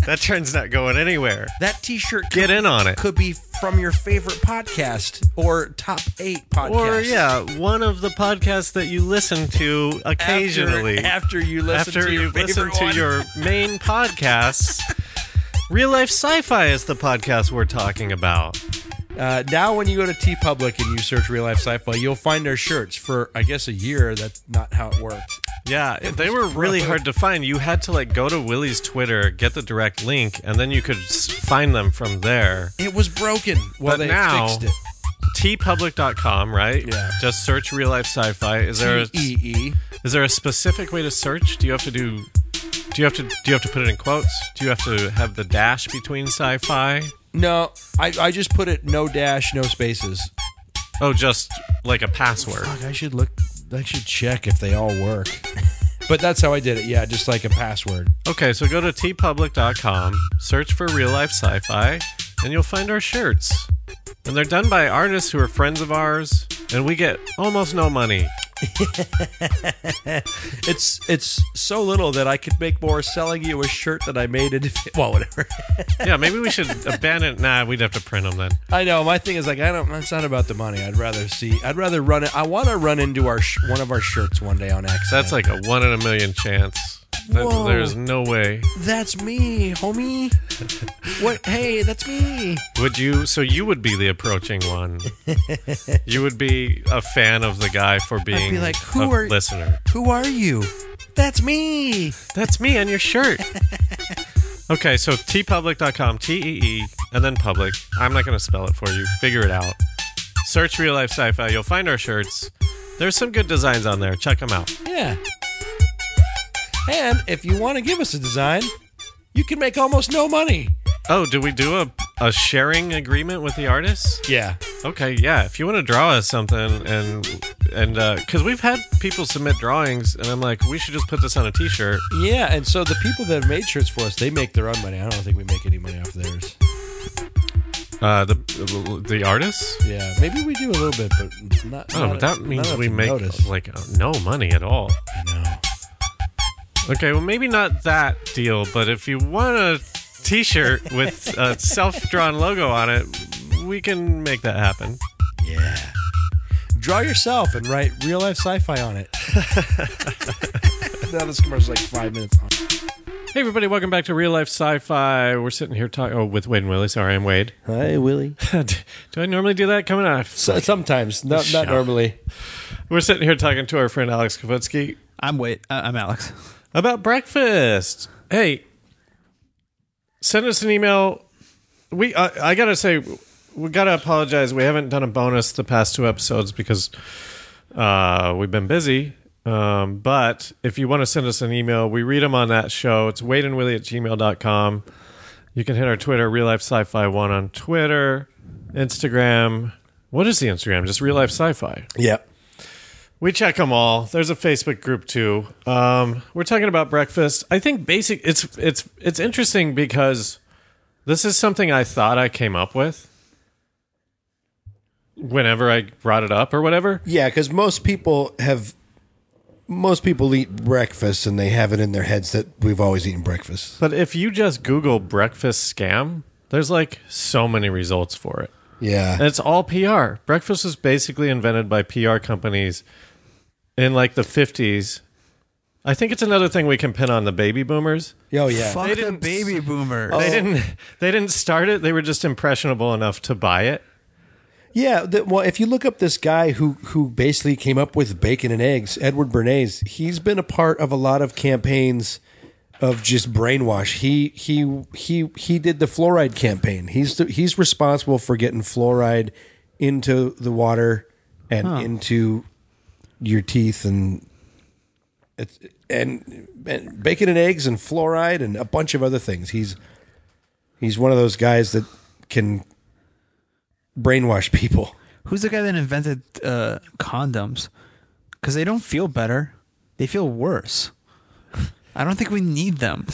S2: that trend's not going anywhere.
S5: That t-shirt could,
S2: Get in on it.
S5: could be from your favorite podcast or top 8 podcast.
S2: Or, yeah, one of the podcasts that you listen to occasionally.
S5: after, after you listen
S2: after
S5: to your
S2: you've listened
S5: favorite
S2: to
S5: one.
S2: your main podcasts. Real life sci-fi is the podcast we're talking about.
S5: Uh, now, when you go to T Public and you search real life sci fi, you'll find our shirts for, I guess, a year. That's not how it worked.
S2: Yeah, they were really hard to find. You had to like go to Willie's Twitter, get the direct link, and then you could s- find them from there.
S5: It was broken. Well,
S2: But
S5: they
S2: now-
S5: fixed it.
S2: tpublic.com, right?
S5: Yeah.
S2: Just search real life sci-fi. Is there a,
S5: E-E.
S2: is there a specific way to search? Do you have to do do you have to do you have to put it in quotes? Do you have to have the dash between sci-fi?
S5: No, I, I just put it no dash, no spaces.
S2: Oh, just like a password.
S5: Fuck, I should look. I should check if they all work. but that's how I did it. Yeah, just like a password.
S2: Okay, so go to tpublic.com, search for real life sci fi, and you'll find our shirts. And they're done by artists who are friends of ours, and we get almost no money.
S5: It's it's so little that I could make more selling you a shirt that I made into well whatever.
S2: Yeah, maybe we should abandon. Nah, we'd have to print them then.
S5: I know my thing is like I don't. It's not about the money. I'd rather see. I'd rather run it. I want to run into our sh- one of our shirts one day on accident.
S2: That's like a one in a million chance. That-
S5: Whoa.
S2: There's no way.
S5: that's me, homie. what? Hey, that's me.
S2: Would you? So you would be the approaching one. you would be a fan of the guy for being
S5: be like, "Who
S2: a
S5: are-
S2: listener.
S5: Who are you? That's me.
S2: That's me on your shirt. okay, so tpublic.com, T E E, and then public. I'm not going to spell it for you. Figure it out. Search real life sci fi. You'll find our shirts. There's some good designs on there. Check them out.
S5: Yeah. And if you want to give us a design, you can make almost no money.
S2: Oh, do we do a, a sharing agreement with the artists?
S5: Yeah.
S2: Okay, yeah. If you want to draw us something, and and because we've had people submit drawings, and I'm like, we should just put this on a T-shirt.
S5: Yeah, and so the people that have made shirts for us, they make their own money. I don't think we make any money off theirs.
S2: Uh, the the, the artists.
S5: Yeah, maybe we do a little bit, but not.
S2: Oh,
S5: not-
S2: that
S5: not
S2: means
S5: enough
S2: we
S5: to
S2: make
S5: notice.
S2: like uh, no money at all.
S5: I know.
S2: Okay, well maybe not that deal, but if you want a T-shirt with a self-drawn logo on it, we can make that happen.
S5: Yeah. Draw yourself and write real life sci fi on it. now this commercial's like five minutes.
S2: Hey everybody, welcome back to Real Life Sci-Fi. We're sitting here talking. Oh, with Wade and Willie. Sorry, I'm Wade.
S5: Hi, Willie.
S2: do I normally do that? Coming off.
S5: So, sometimes, not not normally.
S2: We're sitting here talking to our friend Alex Kavitsky
S4: I'm wait. Uh, I'm Alex.
S2: about breakfast. Hey, send us an email. We uh, I gotta say we gotta apologize. We haven't done a bonus the past two episodes because uh, we've been busy. Um, but if you want to send us an email, we read them on that show. It's wadeandwilly at gmail.com. You can hit our Twitter, Real Life Sci Fi 1 on Twitter, Instagram. What is the Instagram? Just Real Life Sci Fi.
S5: Yep.
S2: We check them all. There's a Facebook group too. Um, we're talking about breakfast. I think basic. It's it's it's interesting because this is something I thought I came up with whenever I brought it up or whatever.
S3: Yeah, because most people have most people eat breakfast and they have it in their heads that we've always eaten breakfast.
S2: But if you just Google breakfast scam, there's like so many results for it.
S3: Yeah,
S2: And it's all PR. Breakfast was basically invented by PR companies in like the 50s. I think it's another thing we can pin on the baby boomers.
S3: oh yeah.
S4: Fuck the
S2: didn't-
S4: baby boomer.
S2: They didn't. They didn't start it. They were just impressionable enough to buy it.
S3: Yeah, the, well, if you look up this guy who who basically came up with bacon and eggs, Edward Bernays, he's been a part of a lot of campaigns of just brainwash. He he he he did the fluoride campaign. He's the, he's responsible for getting fluoride into the water and into your teeth and it's and, and bacon and eggs and fluoride and a bunch of other things. He's he's one of those guys that can brainwash people.
S4: Who's the guy that invented uh, condoms? Because they don't feel better; they feel worse. I don't think we need them.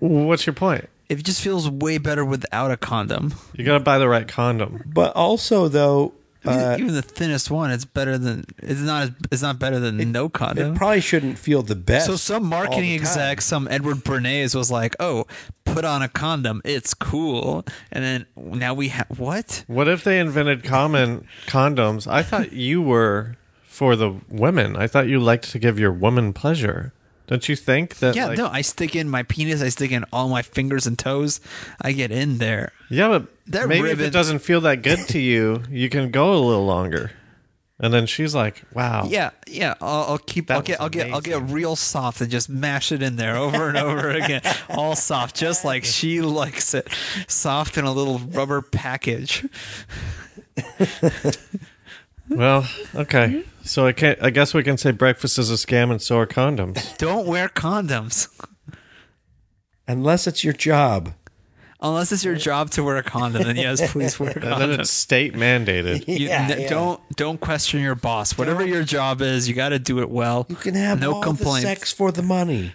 S2: What's your point?
S4: It just feels way better without a condom.
S2: You gotta buy the right condom.
S3: But also, though,
S4: Even-
S3: uh,
S4: Even the thinnest one, it's better than it's not. as- It's not better than no condom.
S3: it probably shouldn't feel the best.
S4: so some
S3: all
S4: marketing
S3: the time.
S4: exec, some Edward Bernays was like, "Oh, put on a condom. It's cool." And then now we have what?
S2: What if they invented common condoms? I thought you were for the women. I thought you liked to give your woman pleasure. Don't you think that?
S4: Yeah,
S2: like-
S4: no. I stick in my penis. I stick in all my fingers and toes. I get in there.
S2: Yeah, but
S4: That
S2: maybe if
S4: ribbon-
S2: it doesn't feel that good to you, you can go a little longer. And then she's like, "Wow,
S4: Yeah, yeah. I'll, I'll keep. I'll
S2: was
S4: get. I'll get. I'll get real soft and just mash it in there over and over again, all soft, just like she likes it, soft in a little rubber package.
S2: well, okay."
S4: Mm-hmm.
S2: So I can I guess we can say breakfast is a scam, and so are condoms.
S4: Don't wear condoms
S3: unless it's your job.
S4: unless it's your job to wear a condom. Then yes, please wear a
S2: And then
S4: condom.
S2: it's state mandated.
S4: You-
S3: Yeah,
S4: n-
S3: yeah.
S4: Don't don't question your boss. Whatever your job is, you got to do it well.
S3: You can have
S4: no
S3: all
S4: complaints.
S3: the sex for the money,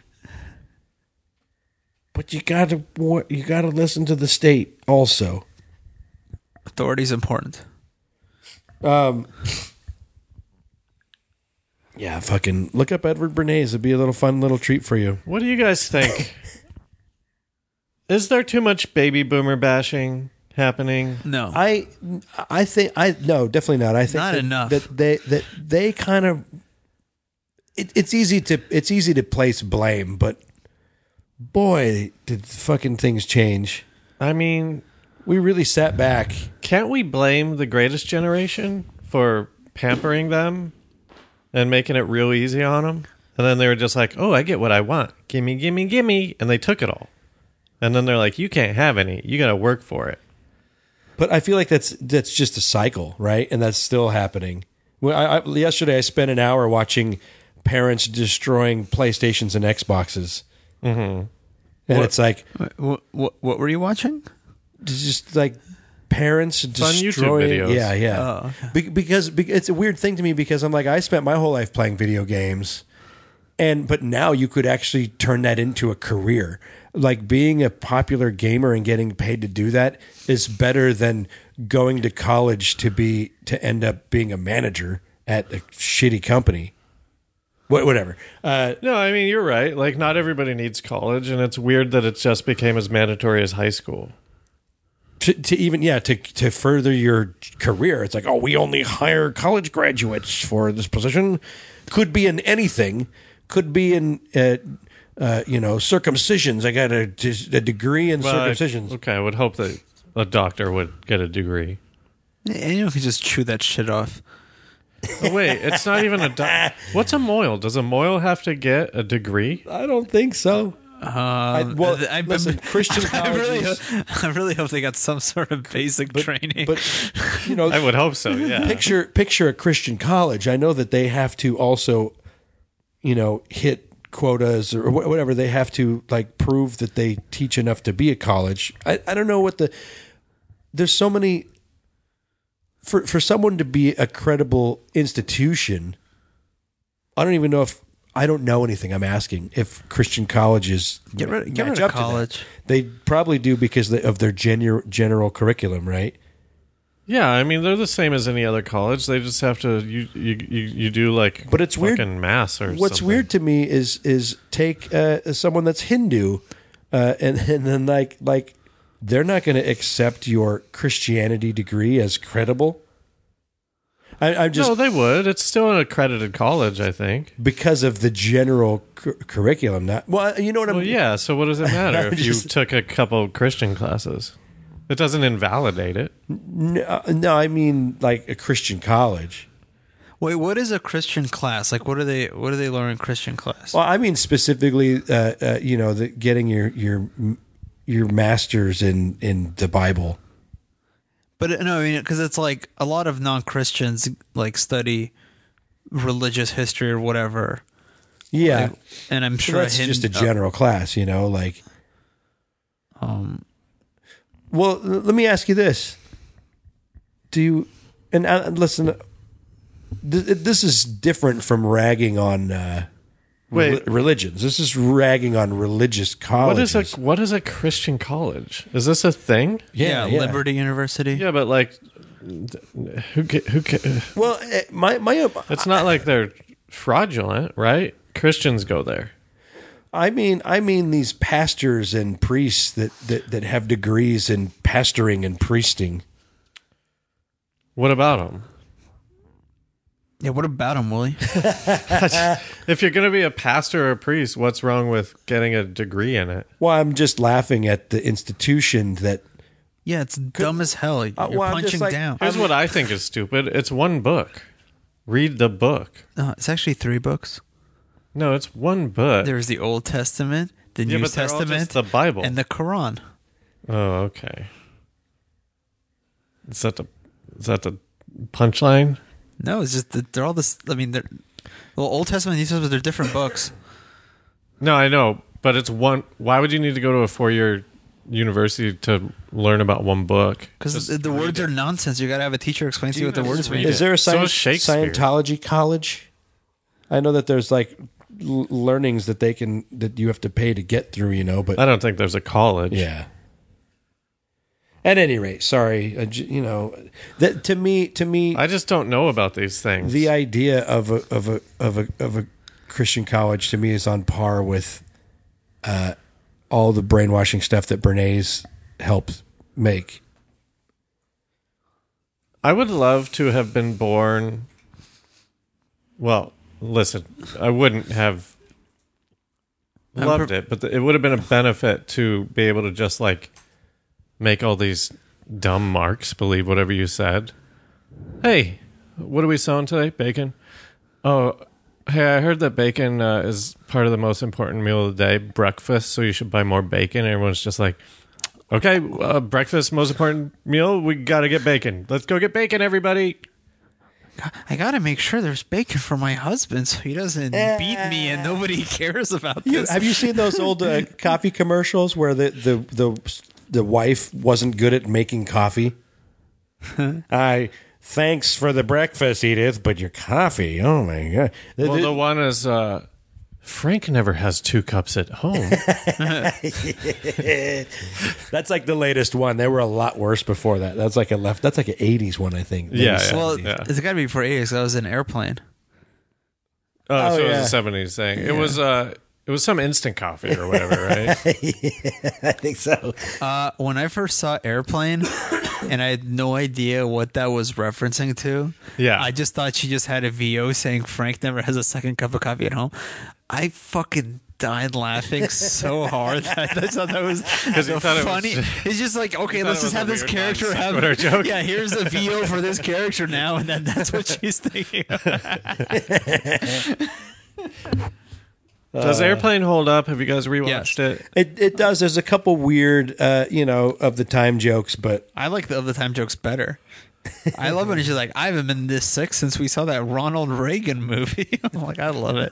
S3: but you got to you got to listen to the state also.
S4: Authority's important.
S3: Um, Yeah, fucking look up Edward Bernays. It'd be a little fun little treat for you.
S2: What do you guys think? Is there too much baby boomer bashing happening?
S4: No.
S3: I I think I no definitely not. I think
S4: Not
S3: that,
S4: enough.
S3: that they that they kind of it, it's easy to it's easy to place blame, but boy, did fucking things change.
S2: I mean,
S3: We really sat back.
S2: can't we blame the greatest generation for pampering them and making it real easy on them? And then they were just like, "Oh, I get what I want. Gimme, gimme, gimme!" And they took it all. And then they're like, "You can't have any. You got to work for it."
S3: But I feel like that's that's just a cycle, right? And that's still happening. Well, I, I, yesterday, I spent an hour watching parents destroying PlayStations and Xboxes, mm-hmm. and it's like
S4: what, what, what were you watching?
S3: It's just like parents
S2: on YouTube
S3: destroying.
S2: videos. Oh,
S3: Yeah, yeah. Be- because, be- it's a weird thing to me because I'm like I spent my whole life playing video games, and but now you could actually turn that into a career. Like being a popular gamer and getting paid to do that is better than going to college to be to end up being a manager at a shitty company. What, whatever. Uh,
S2: No, I mean you're right. Like not everybody needs college, and it's weird that it just became as mandatory as high school.
S3: to, to even yeah to to further your career it's like oh we only hire college graduates for this position could be in anything could be in uh, uh, you know circumcisions i got a, a degree in
S2: Well, I-
S3: circumcisions
S2: okay, I would hope that a doctor would get a degree.
S4: Anyone can just chew that shit off.
S2: Oh, wait, it's not even a. doc What's a moil? Does a moil have to get a degree?
S3: i don't think so
S2: Uh,
S3: I, well,
S4: I- I-
S3: listen, Christian
S4: I really,
S3: colleges,
S4: hope- I really hope they got some sort of basic training.
S3: but you know,
S2: I would hope so. Yeah.
S3: picture picture a Christian college. I know that they have to also, you know, hit quotas or wh- whatever. They have to like prove that they teach enough to be a college. I, I don't know what the there's so many for for someone to be a credible institution. I don't even know if I don't know anything. I'm asking if Christian colleges
S4: Get rid- get
S3: match
S4: rid of
S3: up to that.
S4: college.
S3: They probably do because they- of their genu- general curriculum, right?
S2: Yeah, I mean they're the same as any other college. They just have to you you you, you do like
S3: But it's weird-
S2: fucking mass or
S3: What's
S2: something.
S3: weird to me is is take uh, someone that's Hindu, uh, and and then like like they're not going to accept your Christianity degree as credible. I, I'm just
S2: No, they would. It's still an accredited college, I think.
S3: because of the general cur- curriculum. Not well, you know what I'm.
S2: Well, yeah. So what does it matter
S3: I'm
S2: if
S3: just-
S2: you took a couple Christian classes? It doesn't invalidate it.
S3: no, uh, no, I mean like a Christian college.
S4: Wait, what is a Christian class? Like, what are they? What do they learn in Christian class?
S3: Well, I mean specifically, uh, uh, you know, the, getting your your your masters in in the Bible.
S4: But uh, no, I mean, because it's like a lot of non Christians like study religious history or whatever,
S3: Yeah,
S4: and I'm
S3: So
S4: sure
S3: that's
S4: Hin-
S3: just a general class, you know, like
S4: Um,
S3: well, l- let me ask you this. Do you and uh, listen th- this is different from ragging on uh
S2: Wait.
S3: reli- religions. This is ragging on religious
S2: What
S3: colleges.
S2: is a what is a Christian college? Is this a thing?
S4: yeah, Liberty University.
S2: Yeah, but like, who ca- who ca-
S3: Well, eh, my my
S2: It's not like they're fraudulent, right? Christians go there.
S3: I mean I mean these pastors and priests that that, that have degrees in pastoring and priesting.
S2: What about them?
S4: Yeah, what about him, Willie?
S2: If you're going to be a pastor or a priest, what's wrong with getting a degree in it?
S3: Well, I'm just laughing at the institution that
S4: Yeah, it's dumb as
S2: Uh,
S4: hell. You're
S3: well, I'm just
S4: punching
S3: like-
S4: down.
S2: Here's what I think is stupid. It's one book. Read the book.
S4: No, Uh, it's actually three books.
S2: No, it's one book.
S4: There's the Old Testament, the
S2: Yeah,
S4: New
S2: but they're all just
S4: Testament,
S2: the Bible.
S4: and the Quran.
S2: oh, okay. Is that the is that the punchline?
S4: No, it's just that they're all this. I mean, they're well, Old Testament, New Testament, they're different books.
S2: No, I know, but it's one. Why would you need to go to a four-year university to learn about one book?
S4: Because the, the words are nonsense. You gotta have a teacher explain to you what the
S2: Just
S4: words
S2: read
S4: mean.
S2: it.
S3: Is there a
S2: So
S3: science,
S2: is Shakespeare.
S3: Scientology college? I know that there's like l- learnings that they can
S2: Uh,
S3: that you have to pay to get through, you know, but
S2: I don't think there's a college.
S3: yeah. At any rate, sorry, I j- you know, that to me, to me,
S2: I just don't know about these things.
S3: the idea of a of a of a of a Christian college to me is on par with uh, all the brainwashing stuff that Bernays helped make.
S2: I would love to have been born. Well, listen, I wouldn't have loved it, but it would have been a benefit to be able to just like make all these dumb marks believe whatever you said. Hey, what are we selling today? Bacon. Oh, hey, I heard that bacon uh, is part of the most important meal of the day, breakfast. So you should buy more bacon. And everyone's just like, Okay, uh, breakfast, most important meal. We got to get bacon. Let's go get bacon, everybody.
S4: I gotta make sure there's bacon for my husband so he doesn't beat me and nobody cares about
S3: You,
S4: this.
S3: have you seen those old uh, coffee commercials where the, the the the wife wasn't good at making coffee? I thanks for the breakfast, Edith, but your coffee. Oh my god! The-
S2: Well,
S3: the-
S2: the one is uh, Frank never has two cups at home.
S3: that's like the latest one. They were a lot worse before that. That's like a left. That's like an '80s one, I think.
S2: Yeah,
S3: Maybe
S2: yeah.
S4: well,
S2: oh, Yeah.
S4: it's gotta be before eight because I was in an airplane.
S2: oh, so it
S3: yeah.
S2: was a seventies thing. It was uh, it was some instant coffee or whatever, right?
S3: I think so.
S4: Uh, when I first saw Airplane, and I had no idea what that was referencing to.
S2: Yeah.
S4: I just thought she just had a VO saying Frank never has a second cup of coffee at home. I fucking died laughing so hard that I thought that was
S2: you
S4: the
S2: thought it was
S4: funny.
S2: just-
S4: it's just like okay, let's
S2: it was
S4: just
S2: a
S4: have this
S2: weird
S4: character
S2: non
S4: have
S2: sequitur joke.
S4: Yeah, here's a VO for this character now, and then that's what she's thinking. Of.
S2: Uh, Does Airplane hold up? Have you guys rewatched
S4: Yes.
S2: it?
S3: It it does. There's a couple weird, uh, you know, of the time jokes, but
S4: I like the of the time jokes better. I love when she's like, I haven't been this sick since we saw that Ronald Reagan movie. I'm like, I love it.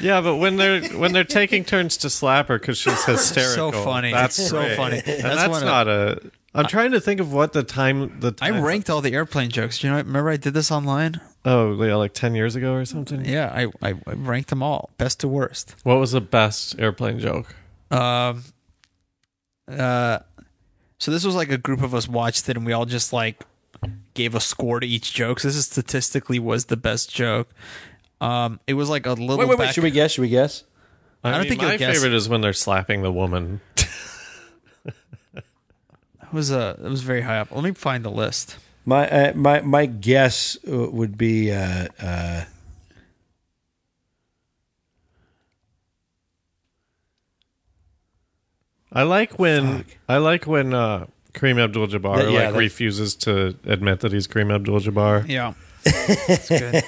S2: Yeah, but when they're when they're taking turns to slap her because she's hysterical,
S4: So funny.
S2: That's
S4: It's so
S2: great.
S4: funny.
S2: And
S4: That's
S2: that's
S4: one of-
S2: not a. I'm trying to think of what the time the
S4: I
S2: time,
S4: ranked all the airplane jokes. Do you know? Remember, I did this online.
S2: Oh, yeah, like ten years ago or something.
S4: Yeah, I, I, I ranked them all, best to worst.
S2: What was the best airplane joke?
S4: Um, uh, so this was like a group of us watched it, and we all just like gave a score to each joke. So this is statistically was the best joke. Um, it was like a little.
S3: wait, wait, wait.
S4: back-
S3: Should we guess? Should we guess?
S2: I,
S4: don't
S2: mean,
S4: think you'll
S2: my
S4: guess.
S2: favorite is when they're slapping the woman.
S4: It was uh, it was very high up. Let me find the list.
S3: My uh, my my guess uh, would be uh, uh,
S2: I like when I like when uh, Kareem Abdul-Jabbar
S3: That- yeah,
S2: like
S3: that-
S2: refuses to admit that he's Kareem Abdul-Jabbar.
S4: Yeah, that's good.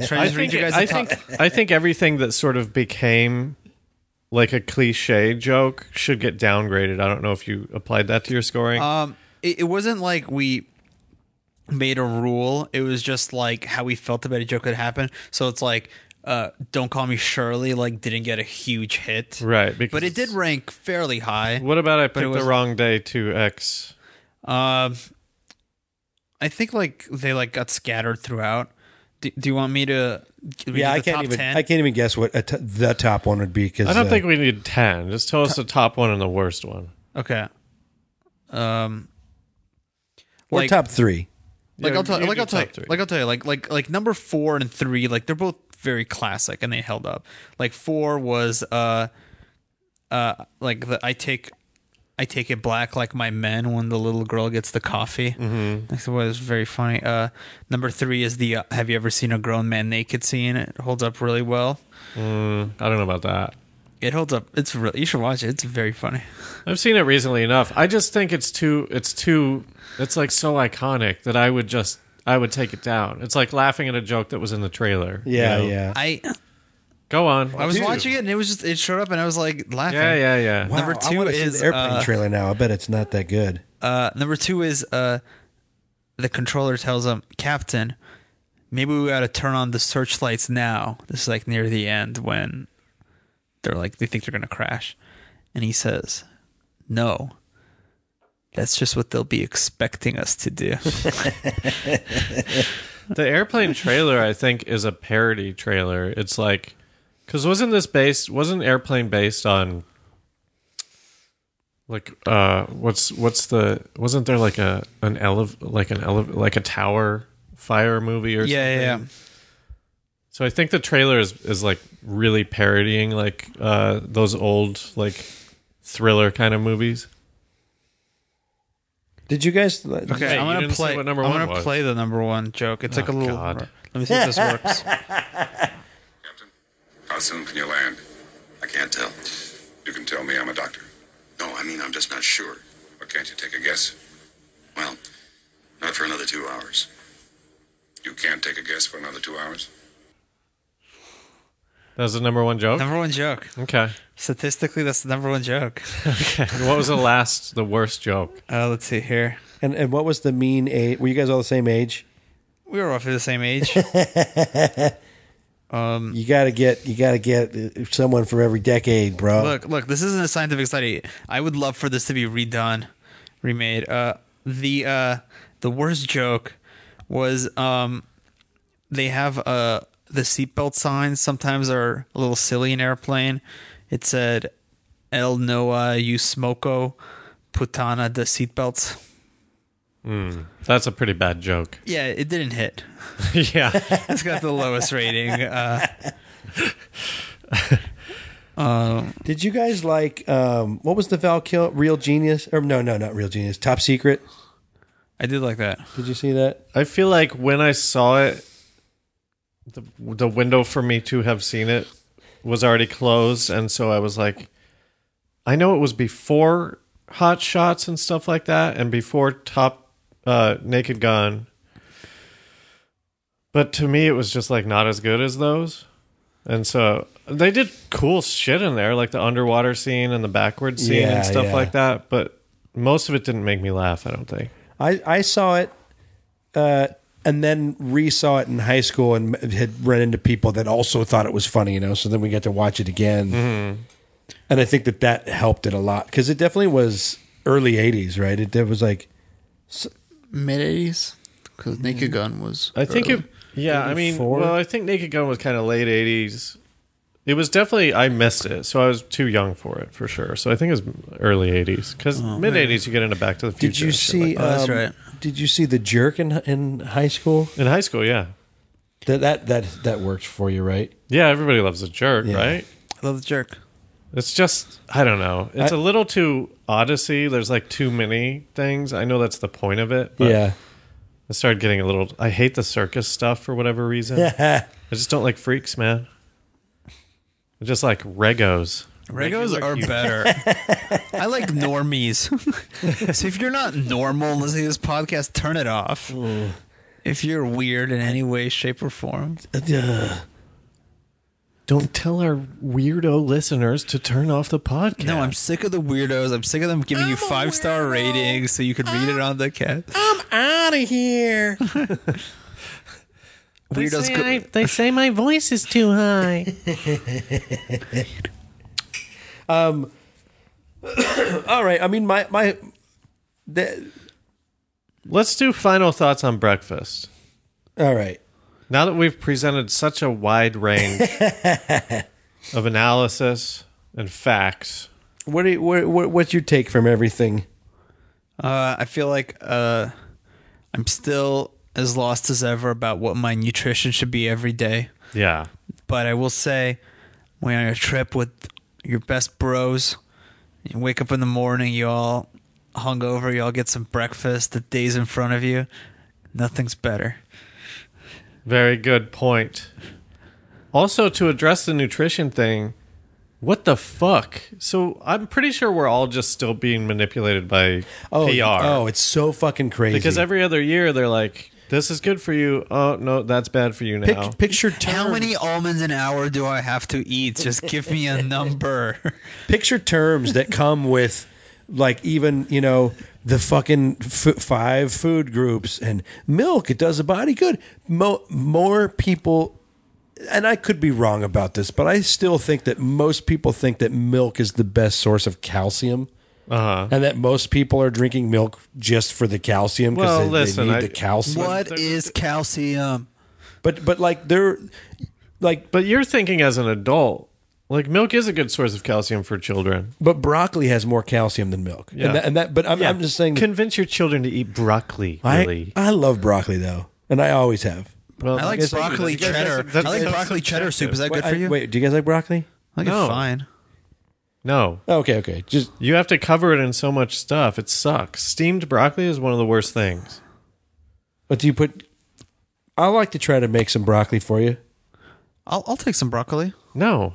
S4: Should I
S2: I
S4: just read
S2: think,
S4: you guys
S2: I,
S4: the top-
S2: think I think everything that sort of became like a cliche joke should get downgraded. I don't know if you applied that to your scoring.
S4: Um, it, it wasn't like we made a rule. It was just like how we felt about a joke could happen. So it's like, uh, don't call me Shirley. Like, didn't get a huge hit,
S2: right, because
S4: But it did rank fairly high.
S2: What about I
S4: it
S2: picked the
S4: wasn't-
S2: wrong day to X?
S4: Um, I think like they like got scattered throughout. Do, do you want me to? read
S3: yeah.
S4: the
S3: I can't
S4: top
S3: even
S4: 10?
S3: I can't even guess what a t- the top one would be because
S2: I don't
S3: uh,
S2: think we need 10. Just tell us the top one and the worst one.
S4: Okay. Um.
S3: we're top three.
S4: like
S2: Yeah,
S4: I'll tell
S2: you
S4: like
S2: do
S4: I'll tell you,
S2: top three.
S4: like I'll tell you like like like number four and three like they're both very classic and they held up. Like four was uh uh like the I take I take it black like my men when the little girl gets the coffee. Mm-hmm. That's what was very funny. Uh, number three is the uh, Have you ever seen a grown man naked scene? It holds up really well.
S2: I don't know about that.
S4: It holds up. It's really you should watch it. It's very funny.
S2: I've seen it recently enough. I just think it's too it's too it's like so iconic that I would just I would take it down. It's like laughing at a joke that was in the trailer. you
S3: Yeah,
S2: know?
S3: yeah.
S4: I
S2: Go on.
S4: I was watching it and it was just it showed up and I was like laughing.
S2: Yeah, yeah, yeah.
S3: Wow,
S4: number
S3: I
S4: two
S3: wanna see
S4: is,
S3: the airplane
S4: uh,
S3: trailer now. I bet it's not that good.
S4: Uh, number two is uh, the controller tells him, Captain, maybe we ought to turn on the searchlights now. This is like near the end when they're like, they think they're going to crash. And he says, No, that's just what they'll be expecting us to do.
S2: The airplane trailer I think is a parody trailer. It's like Because wasn't this based? Wasn't airplane based on like uh what's what's the wasn't there like a an elev like an elev like a tower fire movie or
S4: Yeah,
S2: something?
S4: yeah, yeah.
S2: So I think the trailer is is like really parodying like uh those old like thriller kind of movies.
S3: Did you guys? uh,
S4: Okay,
S2: Hey,
S4: I'm
S2: you
S4: gonna
S2: didn't say
S4: play.
S2: what number
S4: I'm
S2: one
S4: gonna
S2: was.
S4: play the number one joke. It's like a
S2: Oh,
S4: little.
S2: God.
S4: Let me see if this works.
S6: Captain, how soon can you land? I can't tell. You can tell me I'm a doctor. No, I mean, I'm just not sure. Or can't you take a guess? Well, not for another two hours. You can't take a guess for another two hours?
S2: That was the number one joke.
S4: Number one joke.
S2: okay.
S4: Statistically, that's the number one joke.
S2: And what was the last the worst joke?
S4: Uh, let's see here.
S3: And and what was the mean age? Were you guys all the same age?
S4: We were roughly the same age.
S3: You got to get you got to get uh, someone from every decade, bro.
S4: look, look. This isn't a scientific study. I would love for this to be redone, remade. Uh, the uh, the worst joke was um, they have uh the seatbelt signs sometimes are a little silly in airplane. It said El Noa You Smoko Putana de Seatbelts.
S2: That's a pretty bad joke.
S4: Yeah, it didn't hit.
S2: yeah.
S4: It's got the lowest rating. Uh,
S3: Did you guys like um, what was the Val Kil Real Genius? Or no, no, not Real Genius. Top Secret.
S4: I did like that.
S3: Did you see that?
S2: I feel like when I saw it, the the window for me to have seen it was already closed, and so I was like, I know it was before Hot Shots and stuff like that, and before Top uh, Naked Gun, but to me it was just like not as good as those, and so they did cool shit in there, like the underwater scene and the backward scene
S3: Yeah,
S2: and stuff
S3: yeah.
S2: like that, but most of it didn't make me laugh. I don't think.
S3: I I saw it, uh, and then resaw it in high school and m- had run into people that also thought it was funny. You know, so then we got to watch it again,
S2: Mm-hmm.
S3: and I think that that helped it a lot because it definitely was early '80s, right? It, it was like
S4: Mid eighties, because Naked Gun was.
S2: I think it. Yeah, I mean,
S3: 84?
S2: well, I think Naked Gun was kind of late '80s. It was definitely I missed it, so I was too young for it for sure. So I think it was early '80s because mid '80s you get into Back to the Future.
S3: Oh, Did you
S2: and shit like
S3: see?
S2: that.
S4: Oh, that's
S3: um,
S4: right.
S3: Did you see the jerk in in high school?
S2: in high school? Yeah,
S3: That that that that worked for you, right?
S2: yeah. Everybody loves a jerk,
S3: Yeah.
S2: right?
S4: I love the jerk.
S2: It's just I don't know. It's
S3: I-
S2: a little too Odyssey. There's like too many things. I know that's the point of it. But
S3: yeah.
S2: I started getting a little. I hate the circus stuff for whatever reason. I just don't like freaks, man. I just like regos.
S4: Regos are better. I like normies. so if you're not normal and listening to this podcast, turn it off. If you're weird in any way, shape, or form,
S2: Don't tell our weirdo listeners to turn off the podcast.
S4: no, I'm sick of the weirdos. I'm sick of them giving you five star ratings so you could read it on the cat.
S5: Out of here.
S4: Weirdos. co-
S1: they say my voice is too high.
S3: All right. I mean, my my. The,
S2: Let's do final thoughts on breakfast.
S3: all right.
S2: Now that we've presented such a wide range of analysis and facts,
S3: What, do you, what what what's your take from everything?
S4: Uh, I feel like uh, I'm still as lost as ever about what my nutrition should be every day.
S2: yeah,
S4: But I will say, when you're on a trip with your best bros, you wake up in the morning, you all hungover, you all get some breakfast, the day's in front of you, nothing's better.
S2: very good point. Also, to address the nutrition thing, what the fuck? So I'm pretty sure we're all just still being manipulated by
S3: Oh,
S2: PR.
S3: Oh, it's so fucking crazy.
S2: because every other year they're like, "This is good for you." Oh no, that's bad for you now.
S3: Pic- picture terms.
S4: How many almonds an hour do I have to eat? Just give me a number.
S3: picture terms that come with like even you know the fucking f- five food groups and milk it does the body good Mo- more people and i could be wrong about this but i still think that most people think that milk is the best source of calcium uh-huh. and that most people are drinking milk just for the calcium because
S2: Well,
S3: they,
S2: listen,
S3: need
S2: I-
S3: the calcium
S4: What is calcium?
S3: but but like there like
S2: But you're thinking as an adult. Like milk is a good source of calcium for children.
S3: But broccoli has more calcium than milk.
S2: Yeah.
S3: And, that, and that, but I'm, I'm just saying. that
S2: Convince your children to eat broccoli.
S3: I,
S2: really.
S3: I love broccoli though, and I always have.
S2: Well,
S4: I like
S2: guess-
S4: broccoli
S2: that's-
S4: cheddar.
S2: that's-
S4: I like
S2: that's
S4: broccoli cheddar soup. Is that good
S3: I-
S4: for you?
S3: Wait, do you guys like broccoli?
S4: I think
S2: No.
S4: it's fine.
S2: No,
S3: Oh, okay, okay. Just
S2: you have to cover it in so much stuff. It sucks. Steamed broccoli is one of the worst things.
S3: but do you put? I like to try to make some broccoli for you.
S4: I'll, I'll take some broccoli.
S2: No.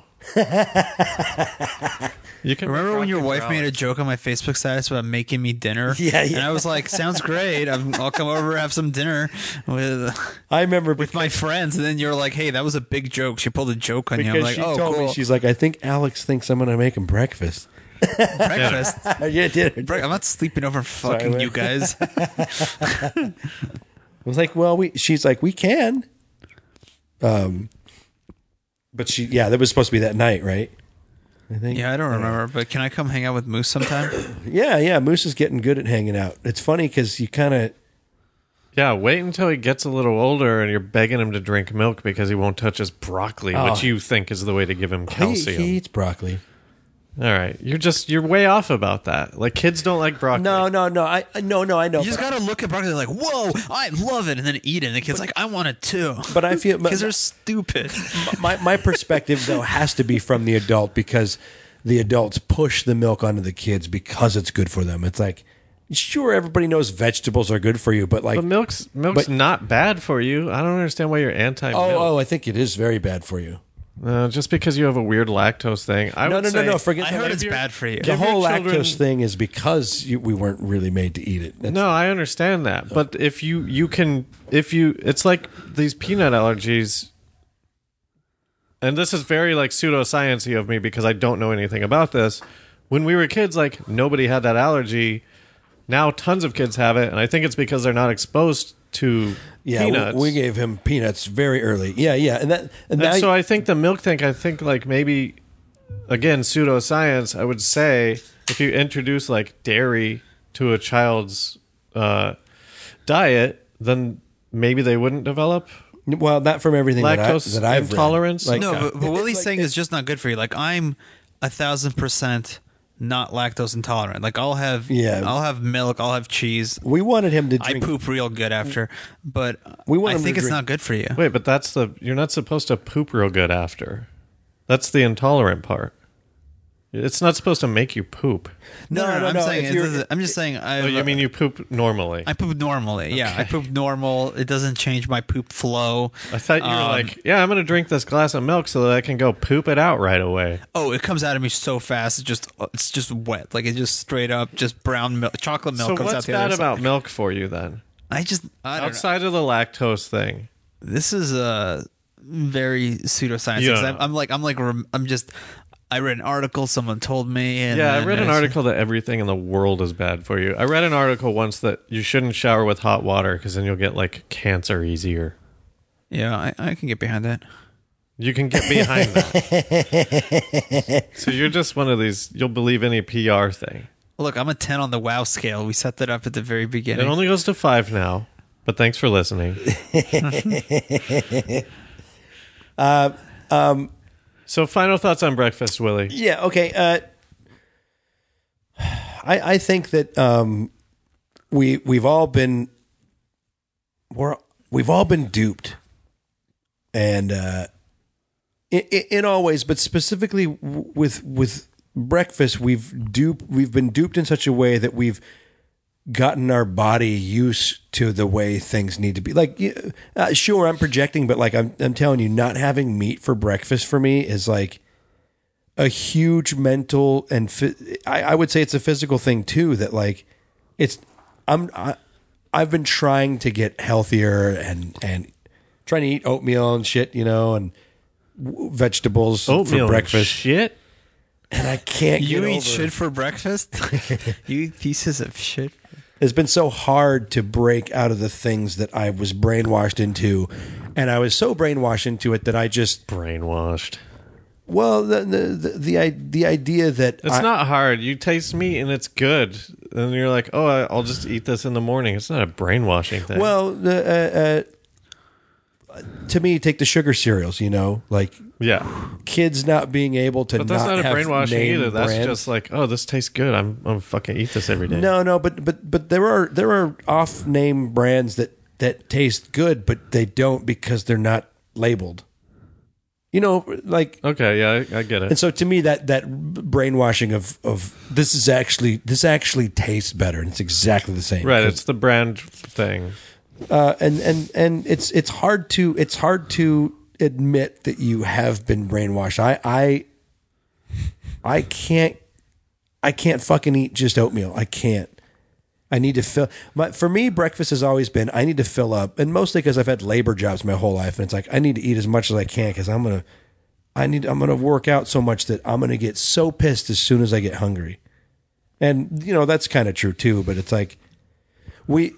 S2: you can
S4: Remember when your wife made a joke on my Facebook status about making me dinner?
S3: Yeah, yeah.
S4: And I was like, sounds great. I'm, I'll come over and have some dinner with
S3: I remember
S4: with my friends. And then you're like, hey, that was a big joke. She pulled a joke on you.
S3: because
S4: I'm like,
S3: she
S4: oh,
S3: told
S4: cool.
S3: me she's like, I think Alex thinks I'm gonna make him breakfast.
S4: breakfast.
S3: yeah, dinner.
S4: Break- I'm not sleeping over fucking
S3: man.
S4: you guys.
S3: I was like, well, we. She's like, we can. Um, but she, yeah, that was supposed to be that night, right? I think.
S4: yeah, I don't remember. But can I come hang out with Moose sometime?
S3: Yeah, yeah. Moose is getting good at hanging out. It's funny because you kind of
S2: Yeah, wait until he gets a little older and you're begging him to drink milk because he won't touch his broccoli, which you think is the way to give him
S3: he,
S2: calcium.
S3: he eats broccoli.
S2: All right, you're just you're way off about that. Like kids don't like broccoli.
S3: No, no, no. I I- no, no. I know.
S4: You just
S3: but-
S4: gotta look at broccoli like, whoa, I love it, and then eat it. And the kid's like, I want it too.
S3: But I feel-
S4: because they're stupid.
S3: my my perspective though has to be from the adult because the adults push the milk onto the kids because it's good for them. It's like sure everybody knows vegetables are good for you, but like
S2: But milk's milk's
S3: But-
S2: not bad for you. I don't understand why you're anti milk.
S3: oh oh, I think it is very bad for you.
S2: Uh, just because you have a weird lactose thing. I
S3: No
S2: would
S3: no no
S2: say-
S3: no. Forget
S4: I
S3: that.
S4: heard it's bad for you.
S3: the
S2: give your
S3: whole
S2: children-
S3: lactose thing is because you, we weren't really made to eat it. That's-
S2: No, I understand that. But if you you can if you it's like these peanut allergies and this is very like pseudosciency of me because I don't know anything about this. When we were kids, like nobody had that allergy. Now tons of kids have it, and I think it's because they're not exposed to
S3: yeah, we-
S2: peanuts.
S3: We, gave him peanuts very early. Yeah, yeah, and that and, now
S2: And so
S3: you-
S2: I think the milk thing, I think like maybe again, pseudoscience, I would say if you introduce like dairy to a child's uh, diet, then maybe they wouldn't develop.
S3: well, not from everything that, I,
S2: Lactose
S3: that I've read.
S2: intolerance?
S3: Like,
S4: no, but, but what he's
S3: like-
S4: saying is just not good for you. Like I'm a thousand percent not lactose intolerant. Like I'll have
S3: Yeah.
S4: I'll have milk, I'll have cheese.
S3: we wanted him to drink.
S4: I poop real good after, but
S3: We want
S4: I
S3: him to
S4: think it's
S3: drink-
S4: not good for you.
S2: Wait, but that's the you're not supposed to poop real good after. That's the intolerant part. It's not supposed to make you poop.
S4: No, no, no,
S3: no,
S4: I'm
S3: no,
S4: saying
S3: if
S4: it
S3: you're-
S4: doesn't- I'm just saying I.
S2: Oh, you mean you poop normally?
S4: I poop normally. Yeah, I poop normal. It doesn't change my poop flow.
S2: I thought you were
S4: Um,
S2: like, yeah, I'm going to drink this glass of milk so that I can go poop it out right away.
S4: Oh, it comes out of me so fast. It's just it's just wet. Like it's just straight up just brown milk, chocolate milk
S2: So
S4: comes out
S2: what's
S4: the
S2: bad
S4: other
S2: about
S4: side.
S2: milk for you then?
S4: I just I don't know.
S2: outside of the lactose thing.
S4: This is a very pseudoscience. 'cause
S2: Yeah.
S4: I'm, I'm like I'm like rem- I'm just I read an article someone told me and
S2: Yeah, I
S4: then
S2: read an
S4: it's-
S2: article that everything in the world is bad for you. I read an article once that you shouldn't shower with hot water because then you'll get like cancer easier.
S4: Yeah, I, I can get behind that.
S2: You can get behind that. so you're just one of these. You'll believe any PR thing.
S4: Look, I'm a 10 on the wow scale. We set that up at the very
S2: It
S4: beginning.
S2: only goes to five now. But thanks for listening.
S4: Uh, um,
S2: so final thoughts on breakfast, Willie.
S3: Yeah. Okay. Uh, I I think that um, we we've all been we're we've all been duped, and uh, in, in all ways, but specifically w- with with breakfast, we've dupe we've been duped in such a way that we've gotten our body used to the way things need to be. Like, you- uh, sure, I'm projecting, but like I'm I'm telling you, not having meat for breakfast for me is like a huge mental and phy- I, I would say it's a physical thing too that like it's i'm I, i've been trying to get healthier and and trying to eat oatmeal and shit you know and w- vegetables
S2: Oatmeal
S3: for breakfast
S2: Shit.
S3: and i can't
S4: You
S3: get
S4: eat
S3: over
S4: shit for breakfast? you eat pieces of shit.
S3: it's been so hard to break out of the things that i was brainwashed into and i was so brainwashed into it that i just
S2: Brainwashed.
S3: well the the the, the, i- the idea that
S2: It's
S3: I-
S2: not hard. You taste meat and it's good, and you're like, "Oh, I- I'll just eat this in the morning." It's not a brainwashing thing.
S3: Well, the, uh, uh, to me, take the sugar cereals. You know, like
S2: Yeah.
S3: kids not being able to
S2: But that's not,
S3: not
S2: a
S3: have
S2: brainwashing
S3: name
S2: either. That's
S3: brands.
S2: just like, oh, this tastes good. I'm I'm fucking eat this every day.
S3: No, no, but but but there are there are off name brands that that taste good, but they don't because they're not labeled. You know, like
S2: Okay, yeah, I, I get
S3: and
S2: it.
S3: so to me that that brainwashing of of this is actually this actually tastes better and it's exactly the same.
S2: Right, it's the brand thing.
S3: Uh, and and and it's it's hard to it's hard to admit that you have been brainwashed. I I I can't I can't fucking eat just oatmeal. I can't. I need to fill my for me breakfast has always been I need to fill up and mostly cuz I've had labor jobs my whole life and it's like I need to eat as much as I can cuz I'm going to I need I'm going to work out so much that I'm going to get so pissed as soon as I get hungry. And you know that's kind of true too, but it's like we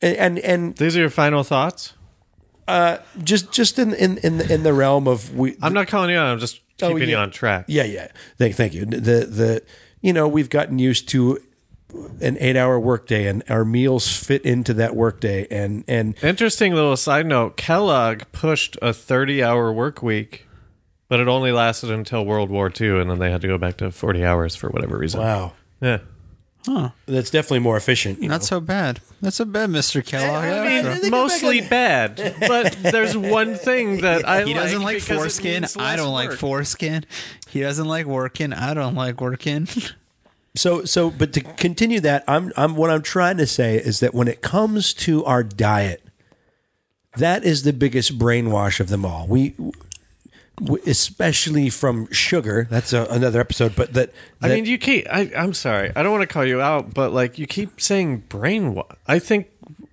S3: and and, and
S2: These are your final thoughts.
S3: just just in in in the, in the realm of we
S2: I'm not calling you out. I'm just
S3: Oh,
S2: keeping you
S3: yeah.
S2: on track.
S3: yeah yeah thank thank you the the you know we've gotten used to an 8-hour workday and our meals fit into that workday and and
S2: Interesting little side note: Kellogg pushed a 30-hour work week, but it only lasted until World War II, and then they had to go back to 40 hours for whatever reason.
S3: wow
S2: Yeah.
S3: that's definitely more efficient you
S4: Not so bad. Not so bad, Mr. Kellogg.
S2: Mostly bad, but there's one thing that I
S4: he doesn't like,
S2: because it
S4: foreskin.
S2: means
S4: I
S2: less
S4: don't like
S2: work.
S4: foreskin. He doesn't like working. I don't like working.
S3: So so but to continue that, I'm I'm what I'm trying to say is that when it comes to our diet, that is the biggest brainwash of them all. We w- especially from sugar. That's a, another episode, but that,
S2: I
S3: that-
S2: mean, you keep. I, I'm sorry. I don't want to call you out, but like you keep saying brainwash. I think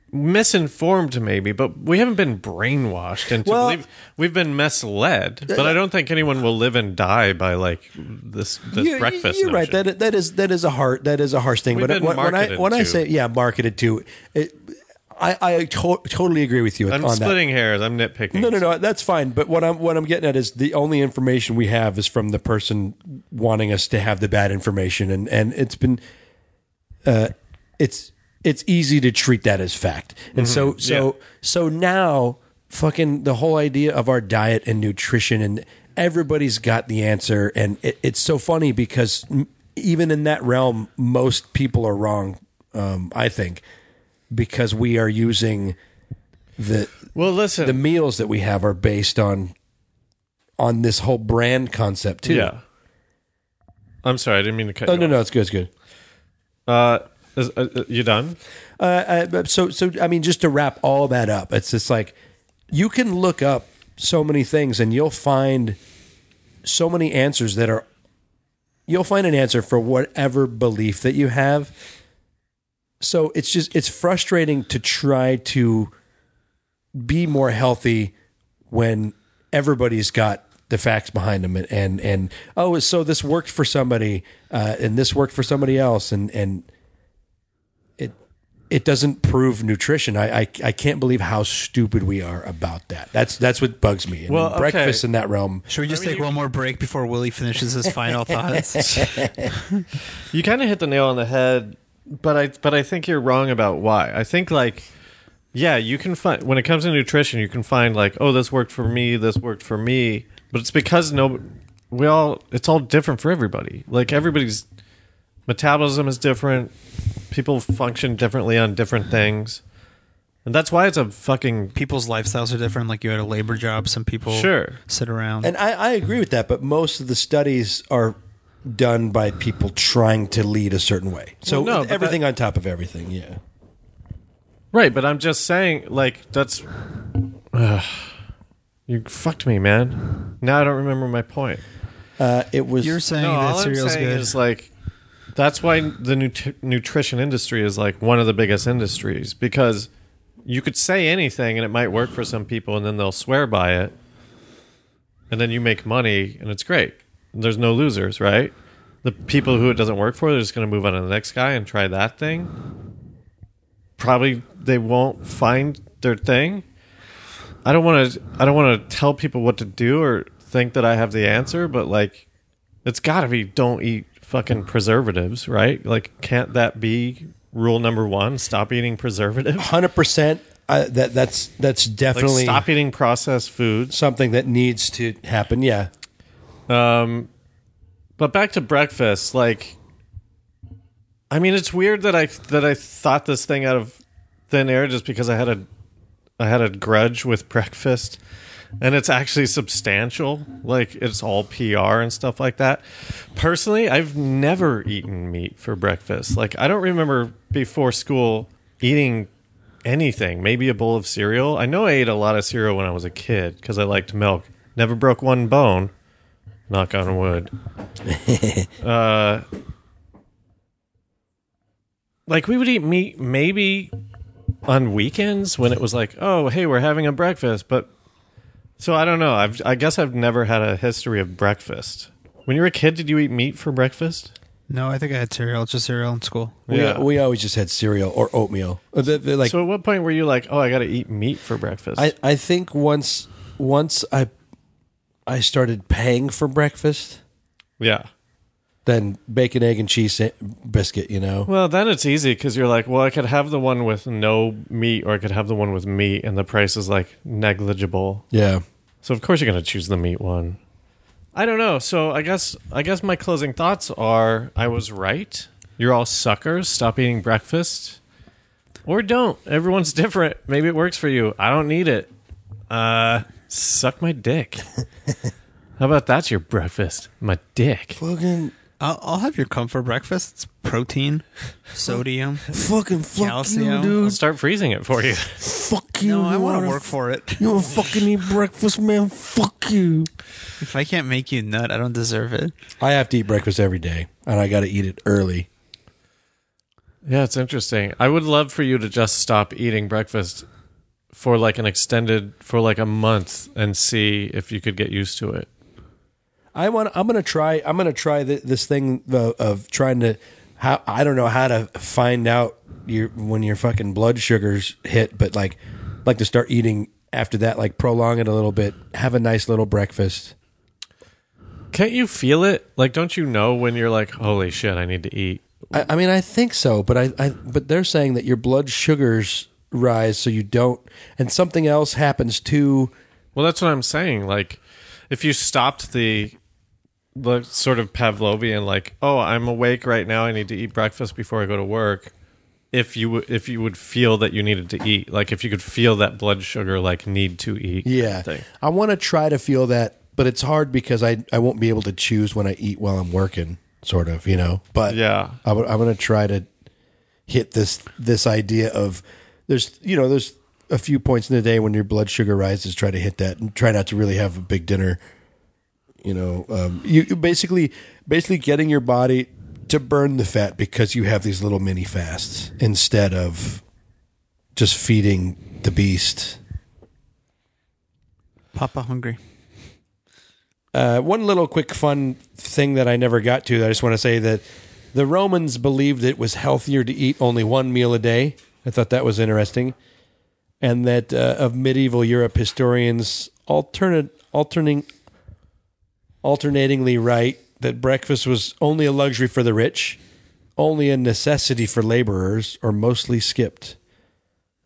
S2: misinformed maybe, but we haven't been brainwashed into
S3: Well-
S2: believe we've been misled. But I don't think anyone will live and die by like this this
S3: you-
S2: breakfast.
S3: You're right.
S2: notion.
S3: That that is that is a hard that is a harsh thing.
S2: We've
S3: but
S2: been
S3: when, when I
S2: marketed
S3: when I
S2: to.
S3: say yeah, marketed to, it, I I to- totally agree with you
S2: I'm
S3: on that.
S2: splitting hairs. I'm nitpicking.
S3: No, no, no. That's fine. But what I'm what I'm getting at is the only information we have is from the person wanting us to have the bad information, and and it's been, uh, it's it's easy to treat that as fact, and so so
S2: Yeah.
S3: so now fucking the whole idea of our diet and nutrition and everybody's got the answer, and it, it's so funny because m- even in that realm, most people are wrong. Um, I think because we are using the
S2: Well, listen.
S3: the meals that we have are based on on this whole brand concept too.
S2: yeah. I'm sorry. I didn't mean to cut.
S3: Oh
S2: you
S3: no,
S2: off.
S3: no, it's good, it's good.
S2: Uh, is, uh, uh, you done?
S3: Uh, I, so, so I mean, just to wrap all that up, it's just like you can look up so many things, and you'll find so many answers that are. You'll find an answer for whatever belief that you have. So it's just it's frustrating to try to be more healthy when everybody's got the facts behind them and and, and oh so this worked for somebody uh, and this worked for somebody else and and it it doesn't prove nutrition. I, I I can't believe how stupid we are about that. That's that's what bugs me. I mean,
S2: Well, okay.
S3: breakfast in that realm.
S4: Should we just take one more break before Willie finishes his final thoughts?
S2: You kind of hit the nail on the head, but I but I think you're wrong about why. I think like yeah, you can find when it comes to nutrition, you can find like oh this worked for me, this worked for me, but it's because no we all it's all different for everybody. Like everybody's metabolism is different. People function differently on different things. And that's why it's a fucking
S4: People's lifestyles are different. Like you had a labor job. Some people
S2: Sure.
S4: sit around.
S3: And I, I agree with that, but most of the studies are done by people trying to lead a certain way. So
S2: Well, no, but
S3: everything on top of everything, yeah.
S2: Right, but I'm just saying, like, that's. Ugh. you fucked me, man. Now I don't remember my point.
S3: Uh, it was
S4: You're saying
S2: No,
S4: that
S2: all I'm
S4: cereal's
S2: saying
S4: good.
S2: is like that's why the nut- nutrition industry is like one of the biggest industries because you could say anything and it might work for some people and then they'll swear by it, and then you make money and it's great. There's no losers, right? The people who it doesn't work for, they're just going to move on to the next guy and try that thing. Probably they won't find their thing. I don't want to. I don't want to tell people what to do or think that I have the answer, but like it's got to be don't eat fucking preservatives, right? Like, can't that be rule number one? Stop eating preservatives.
S3: hundred percent. I, that that's that's
S2: Like
S3: definitely
S2: stop eating processed foods.
S3: something that needs to happen. Yeah,
S2: But back to breakfast, like I mean it's weird that I that I thought this thing out of thin air just because I had a I had a grudge with breakfast and it's actually substantial. Like it's all PR and stuff like that. Personally, I've never eaten meat for breakfast. Like I don't remember before school eating anything, maybe a bowl of cereal. I know I ate a lot of cereal when I was a kid cuz I liked milk. Never broke one bone. Knock on wood. like we would eat meat maybe on weekends when it was like, oh, hey, we're having a breakfast. But so I don't know. I've I guess I've never had a history of breakfast. When you were a kid, did you eat meat for breakfast?
S4: No, I think I had cereal, just cereal in school.
S2: Yeah.
S3: We, we always just had cereal or oatmeal. Uh, they- they're like
S2: So at what point were you like, oh, I got to eat meat for breakfast?
S3: I, I think once once I I started paying for breakfast,
S2: yeah.
S3: then bacon, egg, and cheese sa- biscuit. You know,
S2: Well, then it's easy because you're like, well, I could have the one with no meat, or I could have the one with meat, and the price is like negligible.
S3: yeah.
S2: So of course you're going to choose the meat one. I don't know. So I guess I guess my closing thoughts are I was right. You're all suckers. Stop eating breakfast. Or don't. Everyone's different. Maybe it works for you. I don't need it. Uh suck my dick. How about that's your breakfast? My dick.
S3: Fucking
S4: I'll, I'll have your comfort breakfast. It's protein, sodium.
S3: fucking fuck
S4: Calcium.
S3: you,
S2: I'll
S3: dude.
S2: start freezing it for you.
S3: Fuck you.
S4: No, I
S3: You
S4: want to
S3: wanna-
S4: work for it.
S3: You don't fucking eat breakfast, man. Fuck you.
S4: If I can't make you nut, I don't deserve it.
S3: I have to eat breakfast every day, and I got to eat it early.
S2: Yeah, it's interesting. I would love for you to just stop eating breakfast for like an extended for like a month and see if you could get used to it.
S3: I want. I'm gonna try. I'm gonna try th- this thing of, of trying to. How I don't know how to find out your when your fucking blood sugars hit, but like, like to start eating after that. Like prolong it a little bit. Have a nice little breakfast.
S2: Can't you feel it? Like, don't you know when you're like, holy shit, I need to eat?
S3: I, I mean, I think so, but I, I. But they're saying that your blood sugars rise, so you don't, and something else happens too.
S2: Well, that's what I'm saying. Like, if you stopped the the sort of Pavlovian, like, oh, I'm awake right now, I need to eat breakfast before I go to work. If you w- if you would feel that you needed to eat, like if you could feel that blood sugar, like need to eat, kind of
S3: Yeah,
S2: thing.
S3: I want to try to feel that, but it's hard because I I won't be able to choose when I eat while I'm working, sort of, you know. But
S2: Yeah.
S3: I would I want to try to hit this this idea of there's you know there's a few points in the day when your blood sugar rises. Try to hit that and try not to really have a big dinner. You know, um, you, you basically basically getting your body to burn the fat because you have these little mini fasts instead of just feeding the beast.
S4: Papa hungry.
S3: Uh, one little quick fun thing that I never got to. That I just want to say that the Romans believed it was healthier to eat only one meal a day. I thought that was interesting, and that uh, of medieval Europe historians alternate alternating alternatingly write that breakfast was only a luxury for the rich, only a necessity for laborers, or mostly skipped.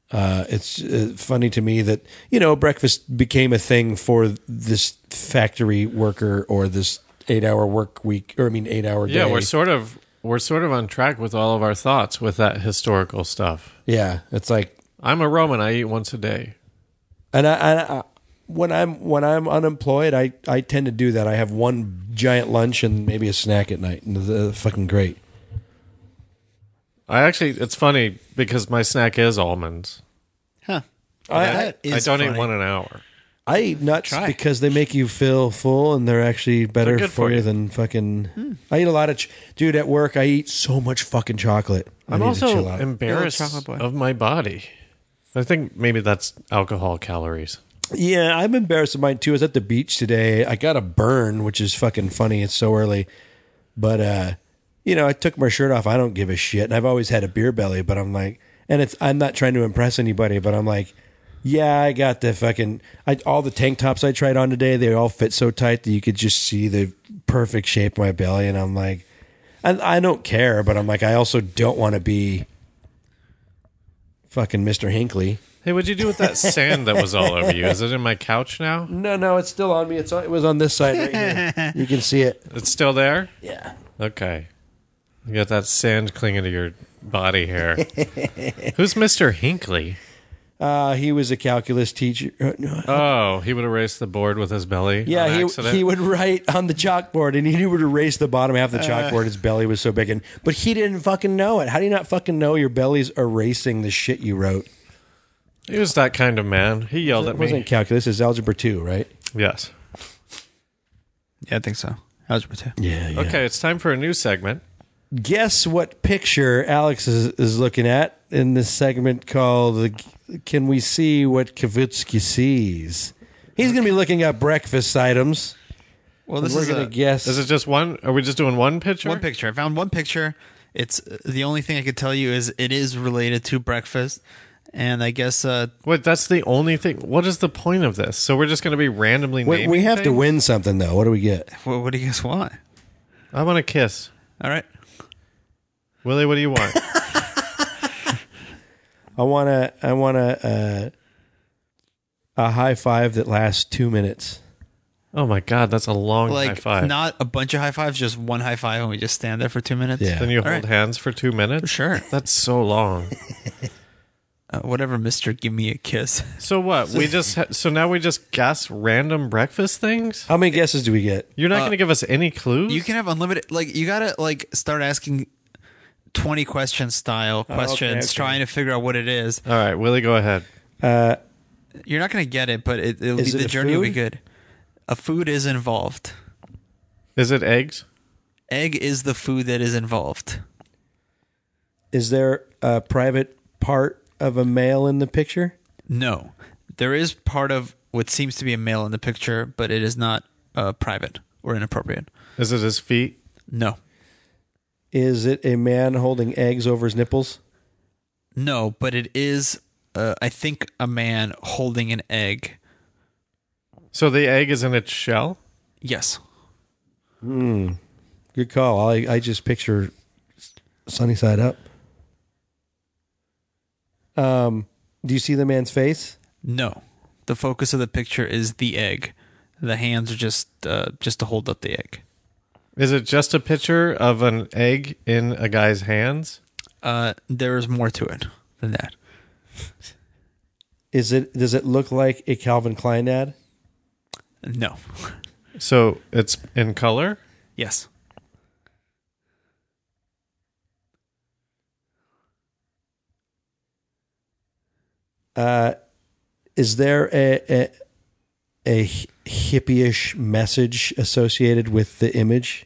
S3: Uh, it's uh, funny to me that you know breakfast became a thing for this factory worker or this eight-hour work week, or I mean eight-hour day.
S2: Yeah, we're sort of we're sort of on track with all of our thoughts with that historical stuff.
S3: yeah. It's like,
S2: I'm a Roman. I eat once a day.
S3: and I, and I when I'm when I'm unemployed, I I tend to do that. I have one giant lunch and maybe a snack at night, and the fucking great.
S2: I actually, it's funny because my snack is almonds.
S4: Huh.
S3: I,
S4: That is
S2: I don't eat
S4: funny.
S2: one an hour.
S3: I eat nuts
S4: Try.
S3: because they make you feel full, and they're actually better
S2: good
S3: for,
S2: for
S3: you,
S2: you.
S3: than fucking. I eat a lot of, ch- dude. At work, I eat so much fucking chocolate. I
S2: I'm
S3: need to
S2: also
S3: chill out.
S2: embarrassed
S4: boy.
S2: of my body. I think maybe that's alcohol calories.
S3: Yeah, I'm embarrassed of mine too. I was at the beach today. I got a burn, which is fucking funny. It's so early. But uh, you know, I took my shirt off. I don't give a shit. And I've always had a beer belly, but I'm like and it's I'm not trying to impress anybody, but I'm like, yeah, I got the fucking I all the tank tops I tried on today, they all fit so tight that you could just see the perfect shape of my belly and I'm like and I don't care, but I'm like I also don't want to be fucking Mr. Hinckley.
S2: Hey, what'd you do with that sand that was all over you? Is it in my couch now?
S3: No, no, it's still on me. It's on, it was on this side right here. You can see it.
S2: It's still there?
S3: Yeah.
S2: Okay. You got that sand clinging to your body hair. Who's Mr. Hinkley?
S3: Uh, he was a calculus teacher. Uh, no.
S2: Oh, he would erase the board with his belly.
S3: Yeah,
S2: on
S3: he
S2: accident?
S3: he would write on the chalkboard, and he would erase the bottom half of the chalkboard. his belly was so big, and but he didn't fucking know it. How do you not fucking know your belly's erasing the shit you wrote?
S2: He was that kind of man. He yelled
S3: It
S2: at me.
S3: wasn't calculus. It's algebra two, right?
S2: Yes.
S4: Yeah, I think so. Algebra two.
S3: Yeah. yeah.
S2: Okay, it's time for a new segment.
S3: Guess what picture Alex is, is looking at in this segment called the, "Can We See What Kavutsky Sees." He's going to be looking at breakfast items.
S4: Well, this
S3: We're
S4: is
S3: going
S4: a-
S3: to guess.
S2: Is it just one? Are we just doing one picture?
S4: one picture. I found one picture. It's uh, the only thing I could tell you is it is related to breakfast, and I guess uh,
S2: Wait, that's the only thing. What is the point of this? So we're just going to be randomly
S3: we,
S2: naming
S3: we have to
S2: things?
S3: win something though. What do we get?
S4: what, what do you guys want?
S2: I want a kiss.
S4: All right,
S2: Willie, what do you want?
S3: I want to. I want to. Uh, a high five that lasts two minutes.
S2: oh my God, that's a long high
S4: like
S2: five.
S4: not a bunch of high fives, just one high five, and we just stand there for two minutes.
S3: Yeah.
S2: then you
S4: All
S2: hold
S4: right.
S2: hands for two minutes?
S4: Sure.
S2: That's so long.
S4: Uh, whatever, Mister, give me a kiss.
S2: So what? We just ha- so now we just guess random breakfast things.
S3: How many guesses do we get?
S2: You're not going to give us any clues.
S4: Uh, You can have unlimited. Like you gotta like start asking twenty question style questions,
S3: okay.
S4: trying to figure out what it is.
S2: All right, Willie, go ahead.
S3: Uh,
S4: You're not gonna get it, but it, it'll
S3: Is
S4: be
S3: it
S4: the
S3: a
S4: journey will be
S3: food?
S4: good. A food is involved.
S2: Is it eggs?
S4: Egg is the food that is involved.
S3: Is there a private part of a male in the picture?
S4: No, there is part of what seems to be a male in the picture, but it is not uh, private or inappropriate.
S2: Is it his feet?
S4: No,
S3: Is it a man holding eggs over his nipples?
S4: no, but it is. Uh, I think a man holding an egg.
S2: So the egg is in its shell.
S4: Yes.
S3: Good call. I I just picture sunny side up. Um, do you see the man's face?
S4: No. The focus of the picture is the egg. The hands are just uh, just to hold up the egg.
S2: Is it just a picture of an egg in a guy's hands?
S4: Uh, there is more to it than that.
S3: Is it does it look like a Calvin Klein ad?
S4: No.
S2: So it's in color.
S4: yes.
S3: Is there a a, a hi- hippie-ish message associated with the image?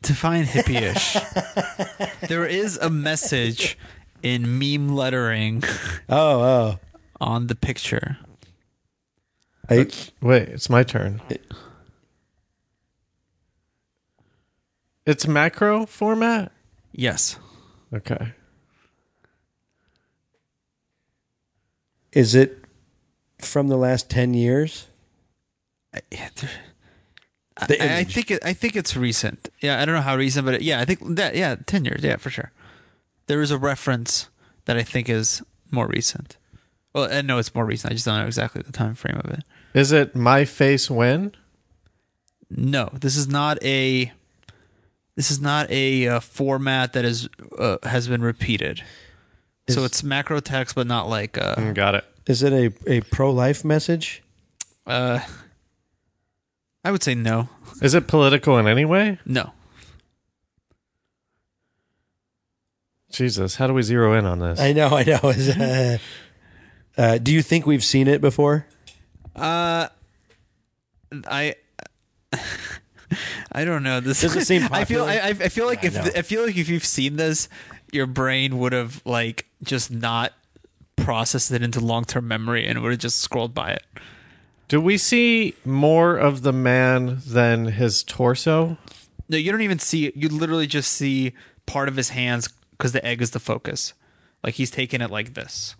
S4: Define hippie-ish. there is a message in meme lettering
S3: Oh, oh.
S4: on the picture.
S3: I,
S2: Wait, it's my turn. It's macro format.
S4: Yes.
S2: Okay.
S3: is it from the last 10 years?
S4: I,
S3: The
S4: I, I
S3: image.
S4: think it, I think it's recent. Yeah, I don't know how recent, but it, yeah, I think that yeah, ten years. Yeah, for sure. There is a reference that I think is more recent. Well, I know it's more recent. I just don't know exactly the time frame of it.
S2: Is it my face when?
S4: No, this is not a. This is not a uh, format that is uh, has been repeated. so
S3: Is-
S4: it's macro text, but not like uh,
S2: Got it.
S3: Is it a, a pro-life message?
S4: uh. I would say no,
S2: Is it political in any way?
S4: no.
S2: Jesus, how do we zero in on this?
S3: I know, I know. Is, uh, uh, do you think we've seen it before?
S4: Uh, I. I don't know. This
S3: Does it seem
S4: I feel. I,
S3: popular?
S4: I I feel like
S3: Yeah,
S4: if
S3: I know.
S4: I feel like if you've seen this, your brain would have like just not processed it into long term memory and would have just scrolled by it.
S2: Do we see more of the man than his torso?
S4: No, you don't even see it. You literally just see part of his hands because the egg is the focus. Like he's taking it like this,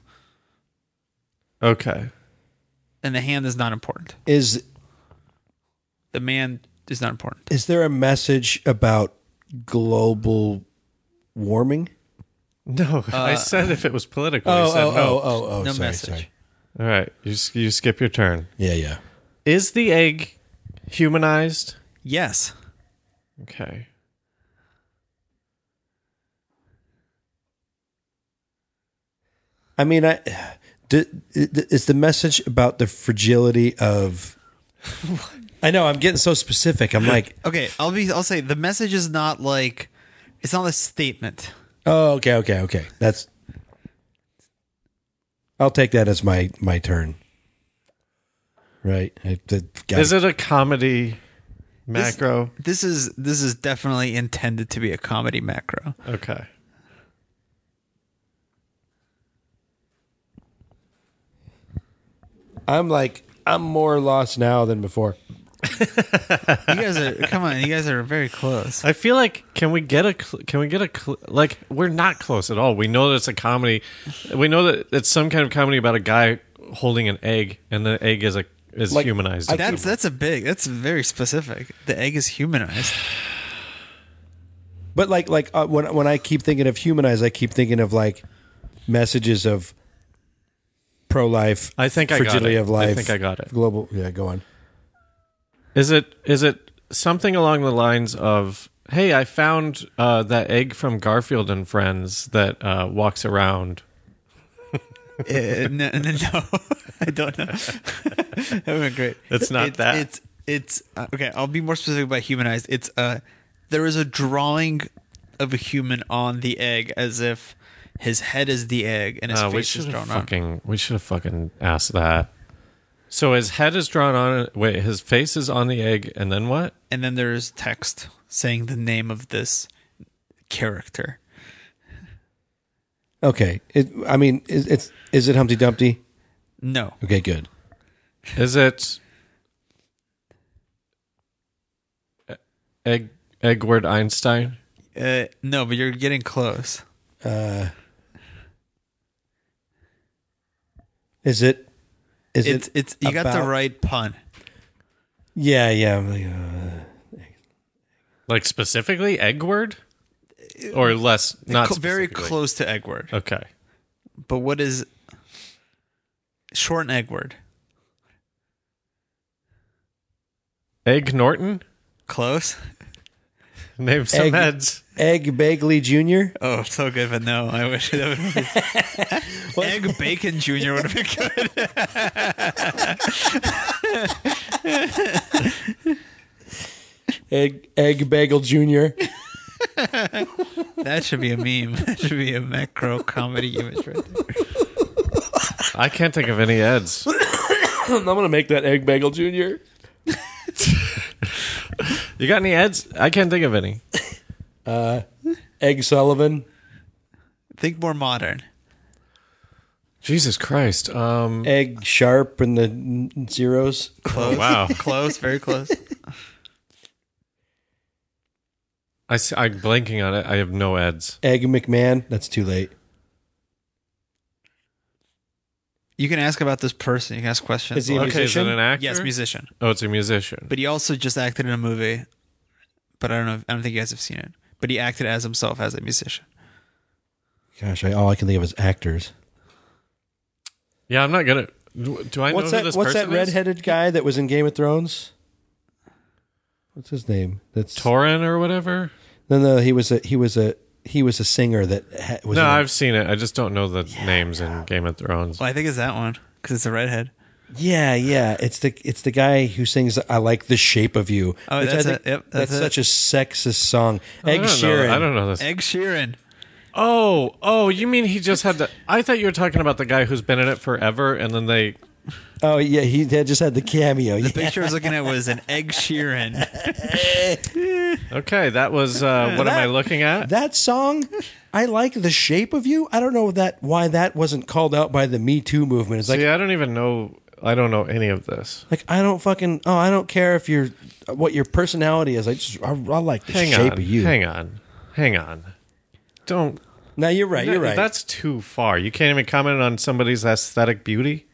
S2: Okay.
S4: and the hand is not important.
S3: Is
S4: The man is not important.
S3: is there a message about global warming?
S2: No, I said if it was political. you
S3: Oh,
S2: said
S3: oh,
S2: no.
S3: oh, oh, oh.
S4: No
S3: sorry,
S4: message.
S3: sorry.
S2: All right, you s- you skip your turn.
S3: Yeah, yeah.
S2: Is the egg humanized?
S4: Yes.
S2: Okay.
S3: I mean, I. d- d- It's the message about the fragility of. I know I'm getting so specific. I'm like,
S4: Okay, I'll be I'll say the message is not like it's not a statement.
S3: oh, okay, okay, okay. That's. I'll take that as my my turn. Right. I, the, got
S2: Is it a comedy macro?
S4: This is this is definitely intended to be a comedy macro.
S2: Okay.
S3: I'm like I'm more lost now than before.
S4: You guys are come on, you guys are very close.
S2: I feel like can we get a cl- can we get a cl- like we're not close at all. We know that it's a comedy. We know that it's some kind of comedy about a guy holding an egg, and the egg is a is
S3: Like,
S2: humanized.
S3: I-
S4: That's that's a big that's very specific. The egg is humanized.
S3: But like like uh, when when I keep thinking of humanize, I keep thinking of like messages of pro life.
S2: I think I got
S3: fragility
S2: it.
S3: of life.
S2: I think I got it.
S3: Global. Yeah, go on.
S2: Is it is it something along the lines of "Hey, I found uh, that egg from Garfield and Friends that uh, walks around."
S4: Uh, no, no, no. I don't know. that would be great.
S2: It's not that.
S4: It's it's uh, okay. I'll be more specific about humanized. It's uh, there is a drawing of a human on the egg, as if his head is the egg and his
S2: Uh, we
S4: face is
S2: should
S4: drawn
S2: have
S4: on.
S2: fucking we should have fucking asked that. So his head is drawn on. Wait, his face is on the egg, and then what?
S4: And then there is text saying the name of this character.
S3: Okay. It, I mean, is, it's is it Humpty Dumpty?
S4: No,
S3: Okay, good.
S2: Is it E- Egg Eggward Einstein?
S4: uh, no, but you're getting close.
S3: Uh, Is it? Is
S4: It's
S3: it?
S4: it's you got the
S3: about-
S4: right pun.
S3: Yeah, yeah. I'm like, uh,
S2: Like specifically Eggward, or less? Not
S4: Co- very
S2: specifically.
S4: close to Eggward.
S2: Okay.
S4: But what is short and Eggward?
S2: Egg Norton.
S4: Close.
S2: Name some
S3: Egg-
S2: heads.
S3: Egg Bagley Jr.
S4: Oh, so good, but no. I wish that would have been Egg Bacon Jr. would have been good.
S3: Egg Egg Bagel Jr.
S4: That should be a meme. That should be a macro comedy image right there.
S2: I can't think of any heads.
S3: I'm gonna make that Egg Bagel Jr.
S2: You got any heads? I can't think of any.
S3: Egg Sullivan.
S4: Think more modern.
S2: Jesus Christ. Um.
S3: Egg Sharp and the n- zeros.
S4: Close.
S2: Oh, Wow.
S4: Close, very close.
S2: I s- I'm blanking on it. I have no heads.
S3: Egg McMahon. That's too late.
S4: You can ask about this person. You can ask questions.
S3: Is he a
S4: Like-
S2: Okay, is it
S3: musician?
S2: an actor?
S4: yes, musician.
S2: Oh, it's a musician.
S4: But he also just acted in a movie. But I don't know. If, I don't think you guys have seen it. But he acted as himself as a musician.
S3: Gosh, I, all I can think of is actors.
S2: Yeah, I'm not gonna. Do I know
S3: what's
S2: who
S3: that?
S2: this
S3: what's that
S2: person is?
S3: redheaded guy that was in Game of Thrones? What's his name? That's
S2: Torin or whatever.
S3: no, no. He was a he was a he was a singer that ha, was.
S2: No,
S3: in a-
S2: I've seen it. I just don't know the names in Game of Thrones.
S4: Well, I think it's that one because it's a redhead.
S3: yeah, yeah. It's the it's the guy who sings "I Like the Shape of You."
S4: Oh,
S3: Which I
S4: that's
S3: think-
S4: it. Yep,
S3: that's
S4: that's it.
S3: such a sexist song.
S2: I
S3: Egg
S2: don't
S3: Sheeran.
S2: Know, I don't know this.
S4: Egg Sheeran.
S2: Oh, oh, you mean he just had the? I thought you were talking about the guy who's been in it forever, and then they.
S3: Oh yeah, he had just had the cameo.
S4: The
S3: yeah.
S4: picture I was looking at was an Egg Sheeran.
S2: Okay, that was. Uh, what am I
S3: That-
S2: looking at?
S3: That song, I like the shape of you. I don't know that why that wasn't called out by the Me Too movement. It's like
S2: See, I don't even know. I don't know any of this.
S3: Like I don't fucking oh I don't care if you're what your personality is. I just I, I like the
S2: Hang
S3: shape
S2: on.
S3: of you.
S2: Hang on. Hang on. Don't.
S3: No, you're right. You're right.
S2: That's too far. You can't even comment on somebody's aesthetic beauty.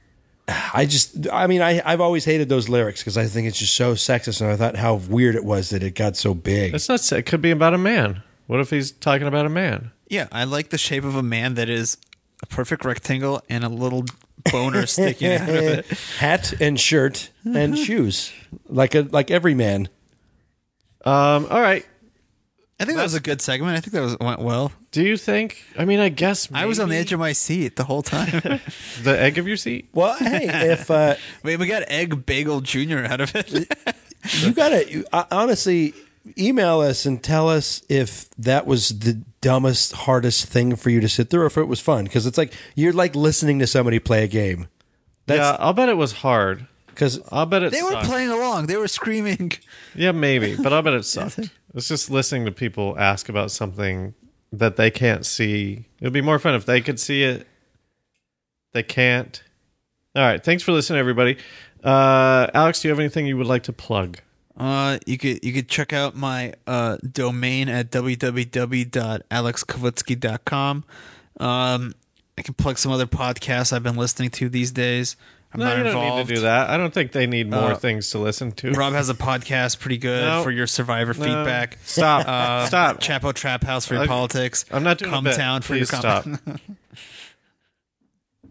S3: I just I mean I I've always hated those lyrics because I think it's just so sexist and I thought how weird it was that it got so big.
S2: It's not. It could be about a man. What if he's talking about a man?
S4: Yeah, I like the shape of a man that is a perfect rectangle and a little boner sticking out of it.
S3: Eh, Hat and shirt and shoes, like a like every man.
S2: Um, all right.
S4: I think that was a good segment. I think that was went well.
S2: Do you think? I mean, I guess
S4: I was on the
S2: maybe
S4: edge of my seat the whole time.
S2: the egg of your seat.
S3: Well, hey, if uh,
S4: Wait, we got Egg Bagel Jr. out of it.
S3: you gotta you, uh, honestly email us and tell us if that was the dumbest, hardest thing for you to sit through, or if it was fun. Because it's like you're like listening to somebody play a game.
S2: yeah,
S3: That's
S2: I'll bet it was hard.
S3: because
S2: I'll bet it.
S4: they were
S2: sucked.
S4: playing along. They were screaming.
S2: Yeah, maybe, but I'll bet it sucked. It's just listening to people ask about something that they can't see. It would be more fun if they could see it. They can't. All right. Thanks for listening, everybody. Uh, Alex, do you have anything you would like to plug?
S4: Uh, you could you could check out my uh, domain at www.alexkovitsky.com. Um, I can plug some other podcasts I've been listening to these days. I'm
S2: No,
S4: not
S2: you don't
S4: involved. Uh,
S2: need to do that. I don't think they need more things to listen to.
S4: Rob has a podcast, pretty good
S2: No.
S4: for your survivor
S2: No.
S4: feedback.
S2: Stop.
S4: Uh,
S2: stop.
S4: Chapo Trap House for your
S2: I-
S4: politics.
S2: I'm not doing
S4: Come
S2: a bit.
S4: town for
S2: Please
S4: your
S2: stop.
S4: com-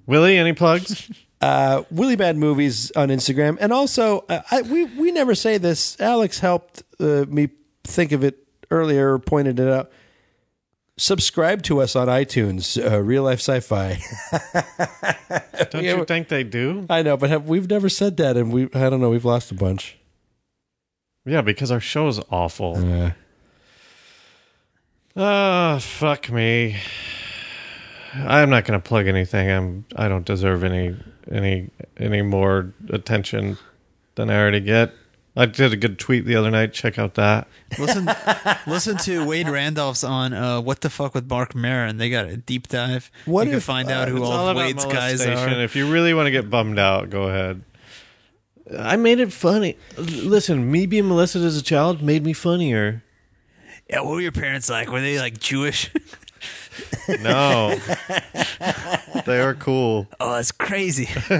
S2: Willie, any plugs?
S3: uh, Willy Bad Movies on Instagram, and also uh, I, we we never say this. Alex helped uh, me think of it earlier, pointed it out. Subscribe to us on iTunes, uh, Real Life Sci-Fi.
S2: Don't you think they do?
S3: I know, but have, we've never said that, and we I don't know. We've lost a bunch.
S2: Yeah, because our show's awful. Ah, fuck me. I'm not going to plug anything. I'm. I don't deserve any any any more attention than I already get. I did a good tweet the other night. Check out that.
S4: listen, listen to Wade Randolph's on uh, "What the Fuck with Mark Maron." They got a deep dive.
S3: What
S4: you can
S3: if, uh,
S4: find out who
S2: It's
S4: all,
S2: all
S4: of
S2: about
S4: Wade's guys
S2: molestation.
S4: are.
S2: If you really want to get bummed out, go ahead. I made it funny. L- Listen, me being molested as a child made me funnier.
S4: Yeah, what were your parents like? Were they like Jewish?
S2: No, they are cool.
S4: oh, that's crazy.
S2: All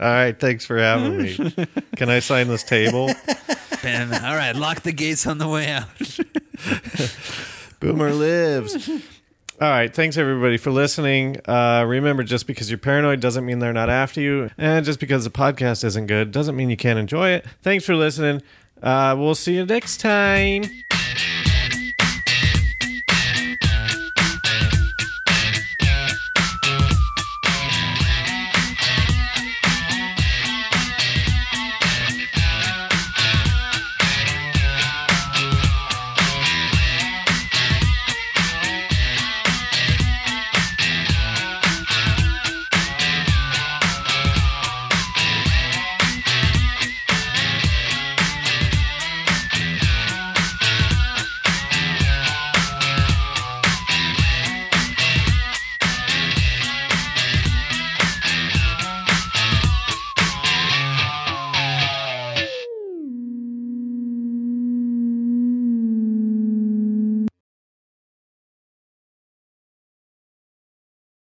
S2: right, thanks for having me. Can I sign this table?
S4: Man, all right, lock the gates on the way out.
S2: Boomer lives. All right. Thanks, everybody, for listening. Uh, remember, just because you're paranoid doesn't mean they're not after you. And just because the podcast isn't good doesn't mean you can't enjoy it. Thanks for listening. Uh, we'll see you next time.